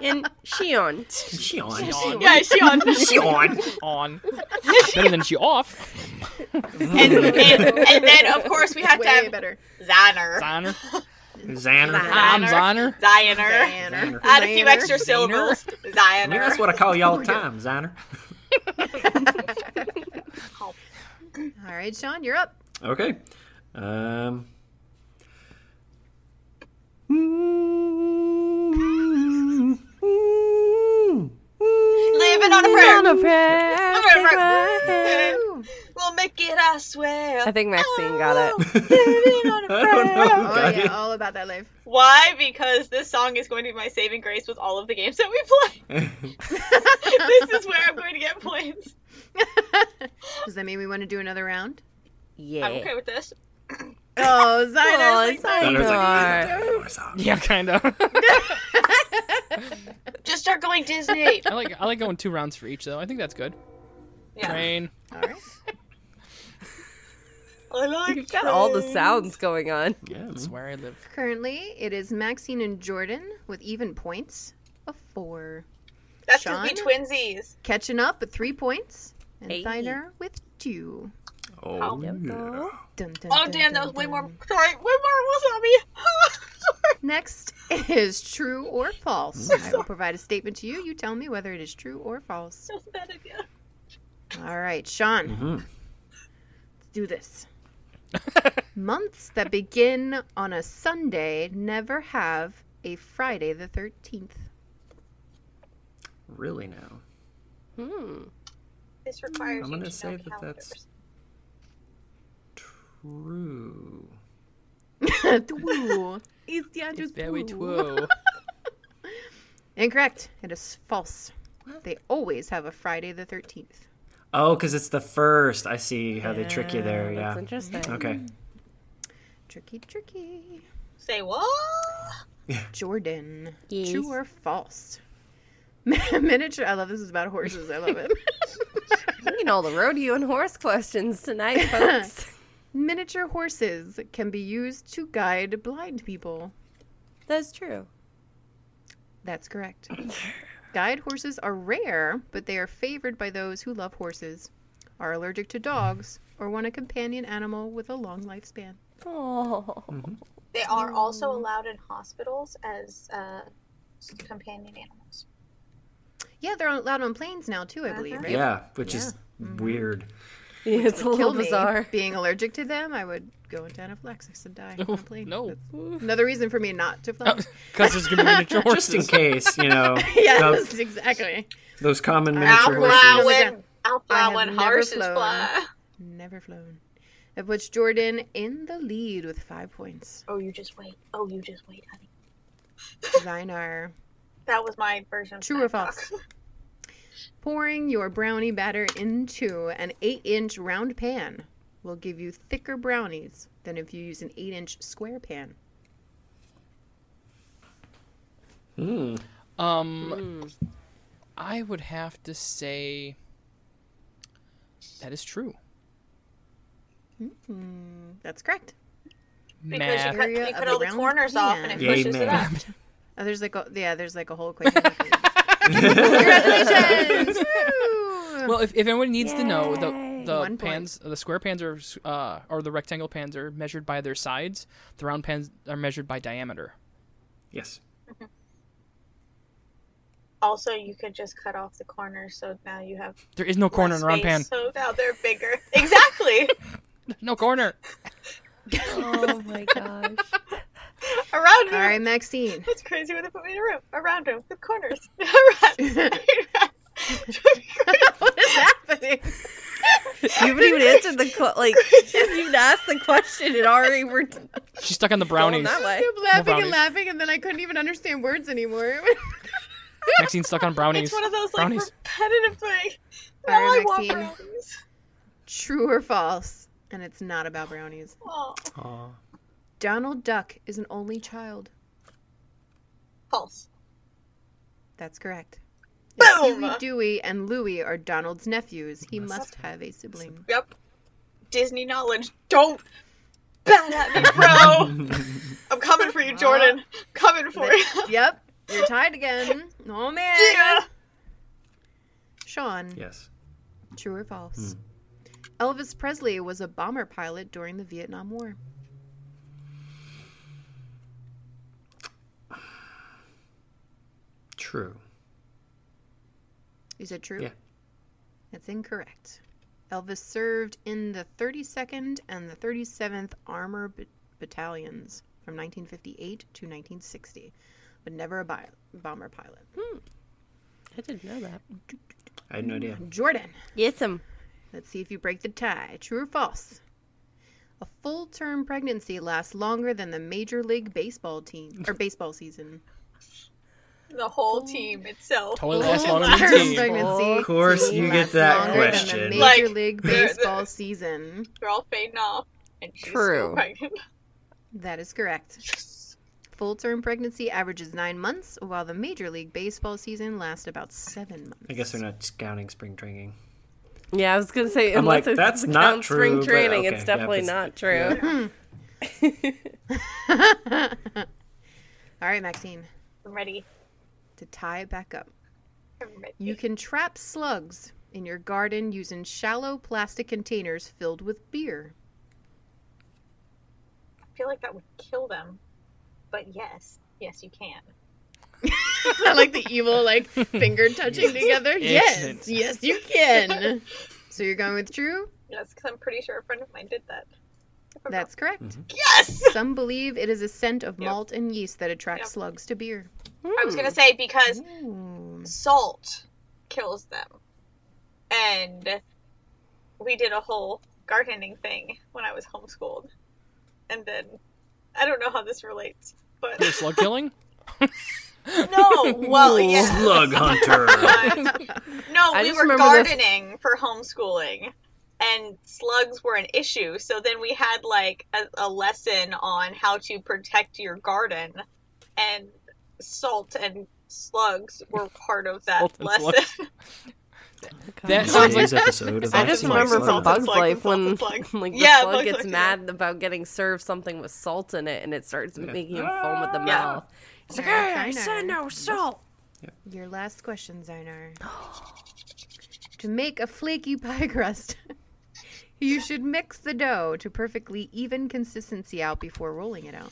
Speaker 11: and Shion.
Speaker 12: she on.
Speaker 14: on.
Speaker 13: yeah, she on.
Speaker 12: She on.
Speaker 14: on. Better than she off.
Speaker 13: And, and, and then, of course, we have
Speaker 6: Way
Speaker 13: to have
Speaker 6: better.
Speaker 13: Zanner.
Speaker 14: Ziner.
Speaker 12: Xander.
Speaker 14: I'm Ziner.
Speaker 13: Zioner.
Speaker 6: Zanner.
Speaker 13: Add a few
Speaker 6: Zanner.
Speaker 13: extra syllables.
Speaker 12: I mean,
Speaker 13: Zioner.
Speaker 12: that's what I call you all the time, Xander.
Speaker 6: All right, Sean, you're up.
Speaker 12: Okay. Um.
Speaker 13: Living on a prayer.
Speaker 11: On a prayer,
Speaker 13: On a
Speaker 11: take
Speaker 13: prayer.
Speaker 11: my hand.
Speaker 6: Woo.
Speaker 13: We'll make it, I swear.
Speaker 11: I think Maxine got it.
Speaker 13: Living on a
Speaker 12: I don't know.
Speaker 13: prayer.
Speaker 12: who
Speaker 6: Oh
Speaker 12: got
Speaker 6: yeah, all about that life.
Speaker 13: Why? Because this song is going to be my saving grace with all of the games that we
Speaker 12: it.
Speaker 13: play. this is where I'm going to get points.
Speaker 6: Does that mean we want to do another round?
Speaker 11: Yeah.
Speaker 13: I'm okay with this.
Speaker 6: Oh,
Speaker 11: Aw,
Speaker 6: Zyner's like,
Speaker 12: Xander's like,
Speaker 11: Zynar.
Speaker 14: Yeah, kind of.
Speaker 13: Just start going Disney.
Speaker 12: Oh,
Speaker 14: I like I like going two rounds for each though. I think that's good.
Speaker 13: Yeah.
Speaker 14: Train.
Speaker 6: all right.
Speaker 13: I like
Speaker 11: You've got all the
Speaker 13: trains.
Speaker 11: sounds going on.
Speaker 12: Yeah, man.
Speaker 14: That's where I live.
Speaker 6: Currently, it is Maxine and Jordan with even points of four.
Speaker 13: That's going to be
Speaker 6: Sean?
Speaker 13: twinsies.
Speaker 6: Catching up with three points, and
Speaker 11: Hey.
Speaker 6: Ziner with two.
Speaker 12: Oh,
Speaker 13: Oh damn, that was way more. Sorry, way more
Speaker 6: Next is true or false. I will provide a statement to you. You tell me whether it is true or false.
Speaker 13: wasabi. Bad idea.
Speaker 6: All right, Sean,
Speaker 12: Mhm.
Speaker 6: let's do this. Months that begin on a Sunday never have a Friday the 13th.
Speaker 12: Really now?
Speaker 11: Hmm.
Speaker 13: This requires
Speaker 12: I'm
Speaker 13: you
Speaker 12: gonna
Speaker 13: to
Speaker 12: say
Speaker 13: know
Speaker 12: that
Speaker 13: calendars.
Speaker 12: that's true.
Speaker 6: Two. It's the Andrew's
Speaker 14: very
Speaker 6: two. Incorrect. It is false. They always have a Friday the 13th.
Speaker 12: Oh, because it's the first. I see how they trick you there.
Speaker 6: Yeah,
Speaker 12: Yeah. Mm-hmm.
Speaker 6: that's interesting.
Speaker 12: Okay.
Speaker 6: Tricky, tricky.
Speaker 13: Say what?
Speaker 6: Jordan. True or false? Miniature. I love this is about horses. I love it.
Speaker 11: You know the rodeo and horse questions tonight, folks.
Speaker 6: Miniature horses can be used to guide blind people.
Speaker 11: That's true.
Speaker 6: That's correct. Guide horses are rare, but they are favored by those who love horses, are allergic to dogs, or want a companion animal with a long lifespan.
Speaker 11: Oh.
Speaker 12: Mm-hmm.
Speaker 13: They are also allowed in hospitals as uh, companion animals.
Speaker 6: Yeah, they're allowed on planes now too, I believe. Right?
Speaker 12: Yeah, which is
Speaker 11: Mm-hmm.
Speaker 12: weird.
Speaker 11: Uh-huh. Yeah, it's a
Speaker 6: Would
Speaker 11: little
Speaker 6: kill me.
Speaker 11: bizarre.
Speaker 6: Being allergic to them, I would go into anaphylaxis and die on a plane.
Speaker 14: Oh, No.
Speaker 6: That's another reason for me not to fly.
Speaker 14: Because there's gonna be miniature horses.
Speaker 12: Just in case, you know.
Speaker 6: yes,
Speaker 12: those,
Speaker 6: exactly.
Speaker 12: those common
Speaker 13: I'll
Speaker 12: miniature
Speaker 13: fly
Speaker 12: horses.
Speaker 13: when, I'll
Speaker 6: I
Speaker 13: fly
Speaker 6: have
Speaker 13: when
Speaker 6: never
Speaker 13: horses
Speaker 6: flown.
Speaker 13: fly.
Speaker 6: Never flown. That puts Jordan in the lead with five points.
Speaker 13: Oh, you just wait. Oh, you just wait, honey.
Speaker 6: Zynar.
Speaker 13: That was my version. of
Speaker 6: True or
Speaker 13: snack
Speaker 6: false?
Speaker 13: talk.
Speaker 6: Pouring your brownie batter into an 8 inch round pan will give you thicker brownies than if you use an 8 inch square pan.
Speaker 14: Um,
Speaker 13: Hmm.
Speaker 14: I would have to say that is true.
Speaker 6: Mm, that's correct.
Speaker 13: Because you
Speaker 14: Math.
Speaker 13: cut, you
Speaker 6: Area
Speaker 13: cut
Speaker 6: of
Speaker 13: all the
Speaker 6: around
Speaker 13: corners off and it
Speaker 14: Yeah.
Speaker 13: pushes it up.
Speaker 14: Amen.
Speaker 6: Oh, there's like a, yeah, there's like a whole quick. Congratulations! Woo!
Speaker 14: Well, if, if anyone needs to
Speaker 6: Hmm.
Speaker 14: know,
Speaker 6: Yay.
Speaker 14: the the
Speaker 6: One point.
Speaker 14: pans, the square pans are uh, or the rectangle pans are measured by their sides. The round pans are measured by diameter.
Speaker 12: Yes.
Speaker 13: Also, you could just cut off the corners, so now you have
Speaker 14: There is no corner
Speaker 13: less
Speaker 14: in a round pan.
Speaker 13: space, So now they're bigger. Exactly.
Speaker 14: No corner.
Speaker 11: Oh my gosh.
Speaker 13: around
Speaker 6: All
Speaker 13: him.
Speaker 6: right, Maxine.
Speaker 13: That's crazy. When they put me in a room, around him, the corners, around.
Speaker 6: what is happening?
Speaker 11: You haven't even answered the qu- like. You haven't even asked the question, and already we're
Speaker 14: She's stuck on the
Speaker 11: going
Speaker 14: brownies.
Speaker 11: that way.
Speaker 6: kept laughing and
Speaker 14: brownies.
Speaker 6: laughing, and then I couldn't even understand words anymore.
Speaker 14: Maxine's stuck on brownies.
Speaker 13: It's one of those like
Speaker 14: brownies.
Speaker 13: repetitive things.
Speaker 6: All
Speaker 13: Now I
Speaker 6: right,
Speaker 13: want
Speaker 6: Maxine.
Speaker 13: brownies.
Speaker 6: True or false? And it's not about brownies.
Speaker 13: Oh,
Speaker 12: Aw.
Speaker 6: Donald Duck is an only child.
Speaker 13: false.
Speaker 6: That's correct. If
Speaker 13: Boom.
Speaker 6: Huey, Dewey, and Louie are Donald's nephews. He must have a sibling.
Speaker 13: Yep. Disney knowledge. Don't bat at me, bro. I'm coming for you, Jordan. Coming for you.
Speaker 6: yep, you're tied again. Oh man.
Speaker 13: Yeah.
Speaker 6: Sean,
Speaker 12: Yes.
Speaker 6: true or false? Elvis Presley was a bomber pilot during the Vietnam War.
Speaker 12: True.
Speaker 6: Is it true?
Speaker 12: Yeah.
Speaker 6: That's incorrect. Elvis served in the 32nd and the 37th Armor B- Battalions from 1958 to 1960, but never a bi- bomber pilot.
Speaker 11: Hmm. I didn't know that.
Speaker 12: I had no idea.
Speaker 6: Jordan,
Speaker 11: Yes, um.
Speaker 6: let's see if you break the tie. True or false? A full term pregnancy lasts longer than the Major League Baseball team or baseball season.
Speaker 13: The whole team itself.
Speaker 14: Totally lost one on the
Speaker 6: Full-term
Speaker 14: team.
Speaker 6: pregnancy
Speaker 12: Of course you
Speaker 6: lasts
Speaker 12: get that
Speaker 6: longer Than
Speaker 12: question.
Speaker 6: the Major
Speaker 13: Like,
Speaker 6: League
Speaker 13: they're- they're-
Speaker 6: Baseball season.
Speaker 13: They're all fading off. And she's
Speaker 11: True.
Speaker 13: Still pregnant.
Speaker 6: That is correct. Full term pregnancy averages nine months, while the Major League Baseball season lasts about seven months.
Speaker 12: I guess they're not counting spring training.
Speaker 11: Yeah, I was gonna say.
Speaker 12: I'm like,
Speaker 11: unless it
Speaker 12: that's not
Speaker 11: counts Spring
Speaker 12: true, but
Speaker 11: training,
Speaker 12: okay,
Speaker 11: it's
Speaker 12: yeah,
Speaker 11: definitely
Speaker 12: that's-
Speaker 11: not true.
Speaker 6: Hmm. All right, Maxine,
Speaker 13: I'm ready.
Speaker 6: to tie it back up.
Speaker 13: I'm ready.
Speaker 6: You can trap slugs in your garden using shallow plastic containers filled with beer.
Speaker 13: I feel like that would kill them. But yes, yes, you can.
Speaker 6: I like the evil, like finger touching together. Yes,
Speaker 13: Excellent.
Speaker 6: yes, you can. So you're going with Drew?
Speaker 13: Yes, because I'm pretty sure a friend of mine did that.
Speaker 6: That's correct.
Speaker 13: Yes.
Speaker 6: Some believe it is a scent of malt and yeast that attracts slugs to beer.
Speaker 13: I was
Speaker 11: Hmm.
Speaker 13: gonna say because salt kills them, and we did a whole gardening thing when I was homeschooled, and then I don't know how this relates, but
Speaker 14: Your slug killing?
Speaker 13: no, well, yeah,
Speaker 12: Slug hunter.
Speaker 13: no,
Speaker 11: I
Speaker 13: we
Speaker 11: just
Speaker 13: were
Speaker 11: remember this-
Speaker 13: gardening for homeschooling, and slugs were an issue. So then we had like a, a lesson on how to protect your garden, and salt and slugs were part of that
Speaker 11: Salt and
Speaker 13: lesson.
Speaker 11: That
Speaker 12: sounds like- Today's episode of
Speaker 11: I
Speaker 12: Bugs
Speaker 11: just
Speaker 12: Life.
Speaker 11: remember
Speaker 12: Salt
Speaker 11: from
Speaker 12: and
Speaker 11: Bugs
Speaker 12: Slugs,
Speaker 11: Life
Speaker 12: Salt
Speaker 11: when
Speaker 12: and Slugs.
Speaker 11: like the
Speaker 13: Yeah,
Speaker 11: slug
Speaker 13: Bugs
Speaker 11: gets
Speaker 13: Life,
Speaker 11: mad about getting served something with salt in it, and it starts making him foam
Speaker 12: "Ah!"
Speaker 11: at the
Speaker 6: Yeah.
Speaker 11: mouth. It's like,
Speaker 6: All right,
Speaker 11: "Hey, I said
Speaker 6: Einar.
Speaker 11: no salt.
Speaker 6: Your last question, Zainar. to make a flaky pie crust, you should mix the dough to perfectly even consistency out before rolling it out.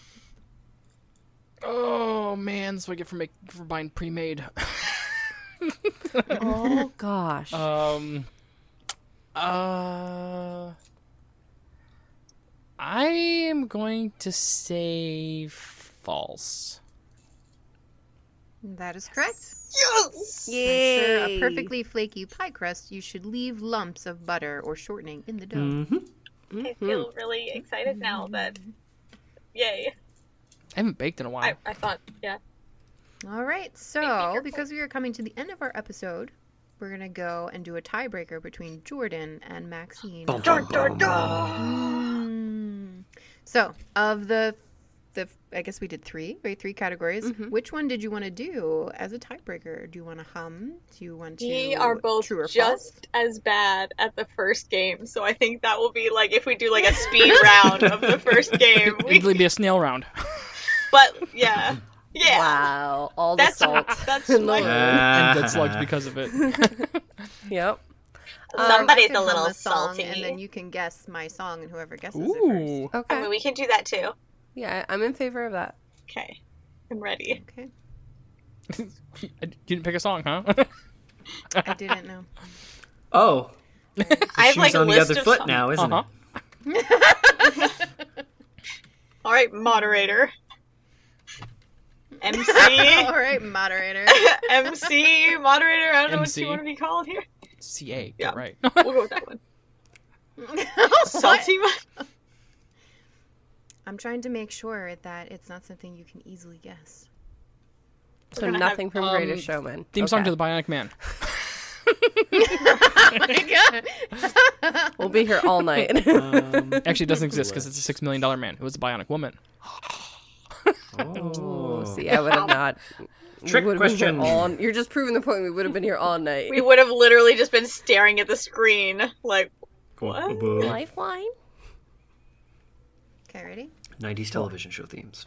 Speaker 14: Oh man, that's what I get for make for buying pre-made.
Speaker 11: oh gosh.
Speaker 14: Um. Uh. I am going to say false.
Speaker 6: That is correct.
Speaker 13: Yes!
Speaker 6: To ensure a
Speaker 11: Yay.
Speaker 6: perfectly flaky pie crust, you should leave lumps of butter or shortening in the dough.
Speaker 14: Mm-hmm.
Speaker 12: Mm-hmm.
Speaker 13: I feel really excited now that, yay!
Speaker 14: I haven't baked in a while.
Speaker 13: I, I thought, yeah,
Speaker 6: All right, so because we are coming to the end of our episode, we're gonna go and do a tiebreaker between Jordan and Maxine.
Speaker 13: Dun, dun, dun,
Speaker 6: Mm. So, of the the I guess we did three, right? Three categories.
Speaker 13: Mm-hmm.
Speaker 6: Which one did you want to do as a tiebreaker? Do you want to hum? Do you want to?
Speaker 13: we are both
Speaker 6: true or false?
Speaker 13: just as bad at the first game. So I think that will be like if we do like a speed round of the first game.
Speaker 14: It'll be a snail round.
Speaker 13: But yeah, yeah.
Speaker 11: Wow, all the
Speaker 13: That's-
Speaker 11: salt.
Speaker 13: that's
Speaker 11: in the
Speaker 13: my-
Speaker 11: world.
Speaker 12: Ah.
Speaker 14: and dead slugs because of it.
Speaker 11: Yep.
Speaker 13: Somebody's
Speaker 6: I can
Speaker 13: Uh, a little
Speaker 6: hum song,
Speaker 13: salty.
Speaker 6: and then you can guess my song, and whoever guesses it first.
Speaker 14: Ooh.
Speaker 13: I
Speaker 11: Okay.
Speaker 13: mean, we can do that too.
Speaker 11: Oh, Yeah, I'm in favor of that.
Speaker 13: Okay, I'm ready.
Speaker 6: Okay,
Speaker 14: You didn't pick a song, huh?
Speaker 6: I didn't know.
Speaker 12: Oh,
Speaker 13: I have
Speaker 12: shoes
Speaker 13: like a
Speaker 12: on the
Speaker 13: list
Speaker 12: other
Speaker 13: of
Speaker 12: foot
Speaker 13: songs.
Speaker 12: now, isn't
Speaker 14: Uh-huh.
Speaker 13: All right, moderator.
Speaker 6: All
Speaker 13: MC,
Speaker 6: right, moderator.
Speaker 13: MC, moderator. I don't know what
Speaker 14: MC.
Speaker 13: you want to be called here.
Speaker 14: CA.
Speaker 13: Yeah.
Speaker 14: Right.
Speaker 13: We'll go with that one.
Speaker 6: What?
Speaker 13: Salty. mo-
Speaker 6: I'm trying to make sure that it's not something you can easily guess.
Speaker 11: So nothing from
Speaker 14: um,
Speaker 11: Greatest Showman.
Speaker 14: Theme song
Speaker 11: Okay.
Speaker 14: to the Bionic Man.
Speaker 12: Oh
Speaker 11: We'll be here all night.
Speaker 12: Um,
Speaker 14: Actually, it doesn't exist because it's a six million dollar man who was a Bionic woman.
Speaker 11: Ooh, see, I would have not. we
Speaker 12: Oh. Trick
Speaker 11: would've been here
Speaker 12: question.
Speaker 11: all- you're just proving the point. We would have been here all night.
Speaker 13: We would have literally just been staring at the screen, like what?
Speaker 12: Whoa.
Speaker 11: Lifeline.
Speaker 6: Okay, ready?
Speaker 12: 90s television show themes.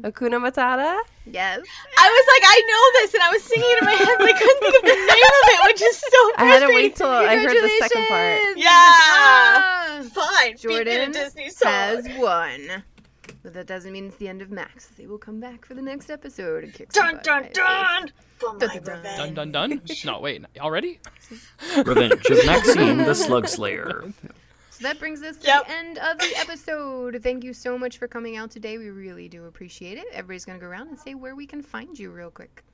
Speaker 11: Akuna Matata.
Speaker 6: Yes.
Speaker 13: I was like, I know this, and I was singing it in my head, but I couldn't think of the name of it, which is so
Speaker 11: I had to
Speaker 13: frustrating.
Speaker 11: wait till I heard the second part.
Speaker 6: Congratulations!
Speaker 13: Yeah.
Speaker 6: Ah!
Speaker 13: Fine, Jordan
Speaker 6: Jordan
Speaker 13: a Disney song.
Speaker 6: has won. But that doesn't mean it's the end of Max. They will come back for the next episode and kick some
Speaker 13: Dun
Speaker 6: butt, I
Speaker 13: dun
Speaker 6: have
Speaker 13: dun. For my
Speaker 6: Dun, dun, dun.
Speaker 13: revenge.
Speaker 14: Dun dun dun. No, wait, already?
Speaker 12: Revenge of Maxine the Slug Slayer.
Speaker 6: faith. So that brings us to
Speaker 13: Yep.
Speaker 6: the end of the episode. Thank you so much for coming out today. We really do appreciate it. Everybody's going to go around and say where we can find you real quick.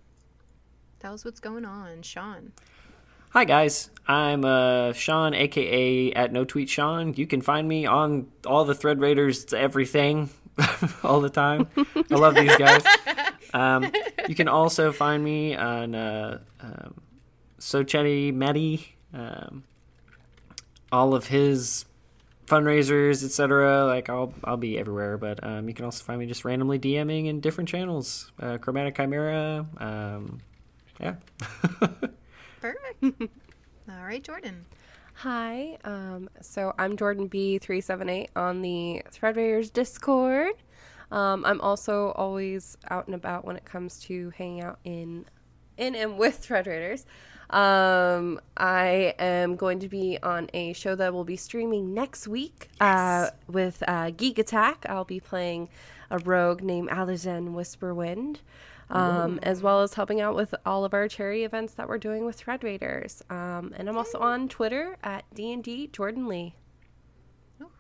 Speaker 6: Tell us what's going on, Sean.
Speaker 12: Hi guys, I'm uh, Sean, aka at No Tweet Sean. You can find me on all the Thread Raiders, everything, all the time. I love these guys. Um, you can also find me on uh, um, Sochetty Matty, um, all of his fundraisers, etc. Like I'll I'll be everywhere, but um, you can also find me just randomly DMing in different channels. Uh, Chromatic Chimera, um, yeah.
Speaker 6: Perfect. All right, Jordan.
Speaker 11: Hi. Um, so I'm Jordan B three seven eight on the Threadrators Discord. Um, I'm also always out and about when it comes to hanging out in, in and with Thread Raiders. Um, I am going to be on a show that will be streaming next week uh, with uh, Geek Attack. I'll be playing a rogue named Alizan Whisperwind, um,
Speaker 15: Ooh.
Speaker 11: as well as helping out with all of our charity events that we're doing with Thread Raiders. Um, and I'm also on Twitter at D&D Jordan Lee.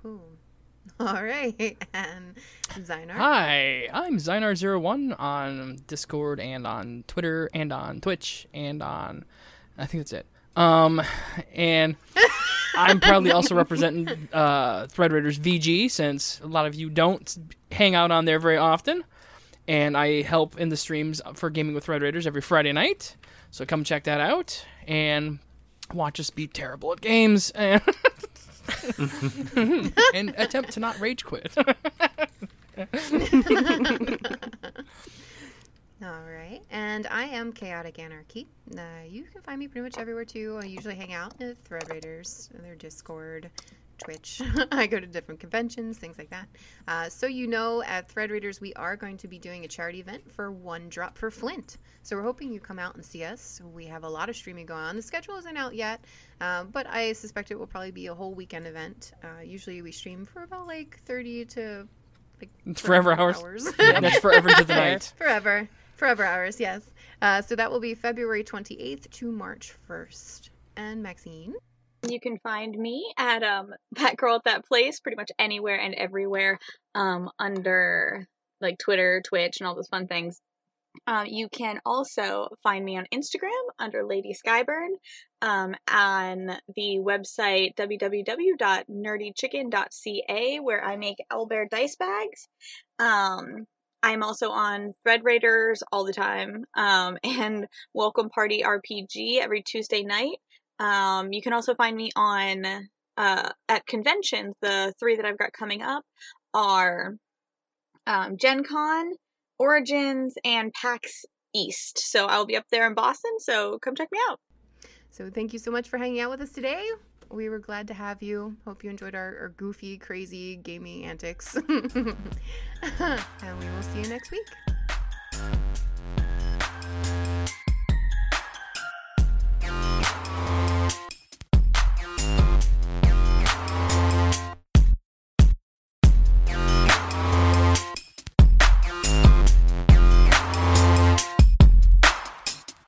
Speaker 6: Ooh. All right. And Zynar.
Speaker 14: Hi, I'm Zynar01 on Discord and on Twitter and on Twitch and on. I think that's it. Um, and I'm proudly also representing uh, Thread Raiders VG since a lot of you don't hang out on there very often. And I help in the streams for Gaming with Thread Raiders every Friday night. So come check that out and watch us be terrible at games and, and attempt to not rage quit.
Speaker 6: All right. And I am Chaotic Anarchy. Uh, you can find me pretty much everywhere too. I usually hang out with Thread Raiders, their Discord, Twitch. I go to different conventions, things like that. Uh, so, you know, at Thread Raiders, we are going to be doing a charity event for One Drop for Flint. So, we're hoping you come out and see us. We have a lot of streaming going on. The schedule isn't out yet, uh, but I suspect it will probably be a whole weekend event. Uh, usually, we stream for about like 30 to like
Speaker 14: Forever hours. Yeah, that's forever to the night.
Speaker 6: Forever. Forever hours, yes. Uh, so that will be February 28th to March 1st. And Maxine?
Speaker 13: You can find me at um that girl at that place pretty much anywhere and everywhere um under like Twitter, Twitch, and all those fun things. Um, you can also find me on Instagram under Lady Skyburn, um, on the website www.nerdychicken.ca where I make owlbear dice bags. Um, I'm also on Thread Raiders all the time um, and Welcome Party RPG every Tuesday night. Um, you can also find me on uh, at conventions. The three that I've got coming up are um, Gen Con, Origins, and PAX East. So I'll be up there in Boston. So come check me out.
Speaker 6: So thank you so much for hanging out with us today. We were glad to have you. Hope you enjoyed our, our goofy, crazy gaming antics. and we will see you next week.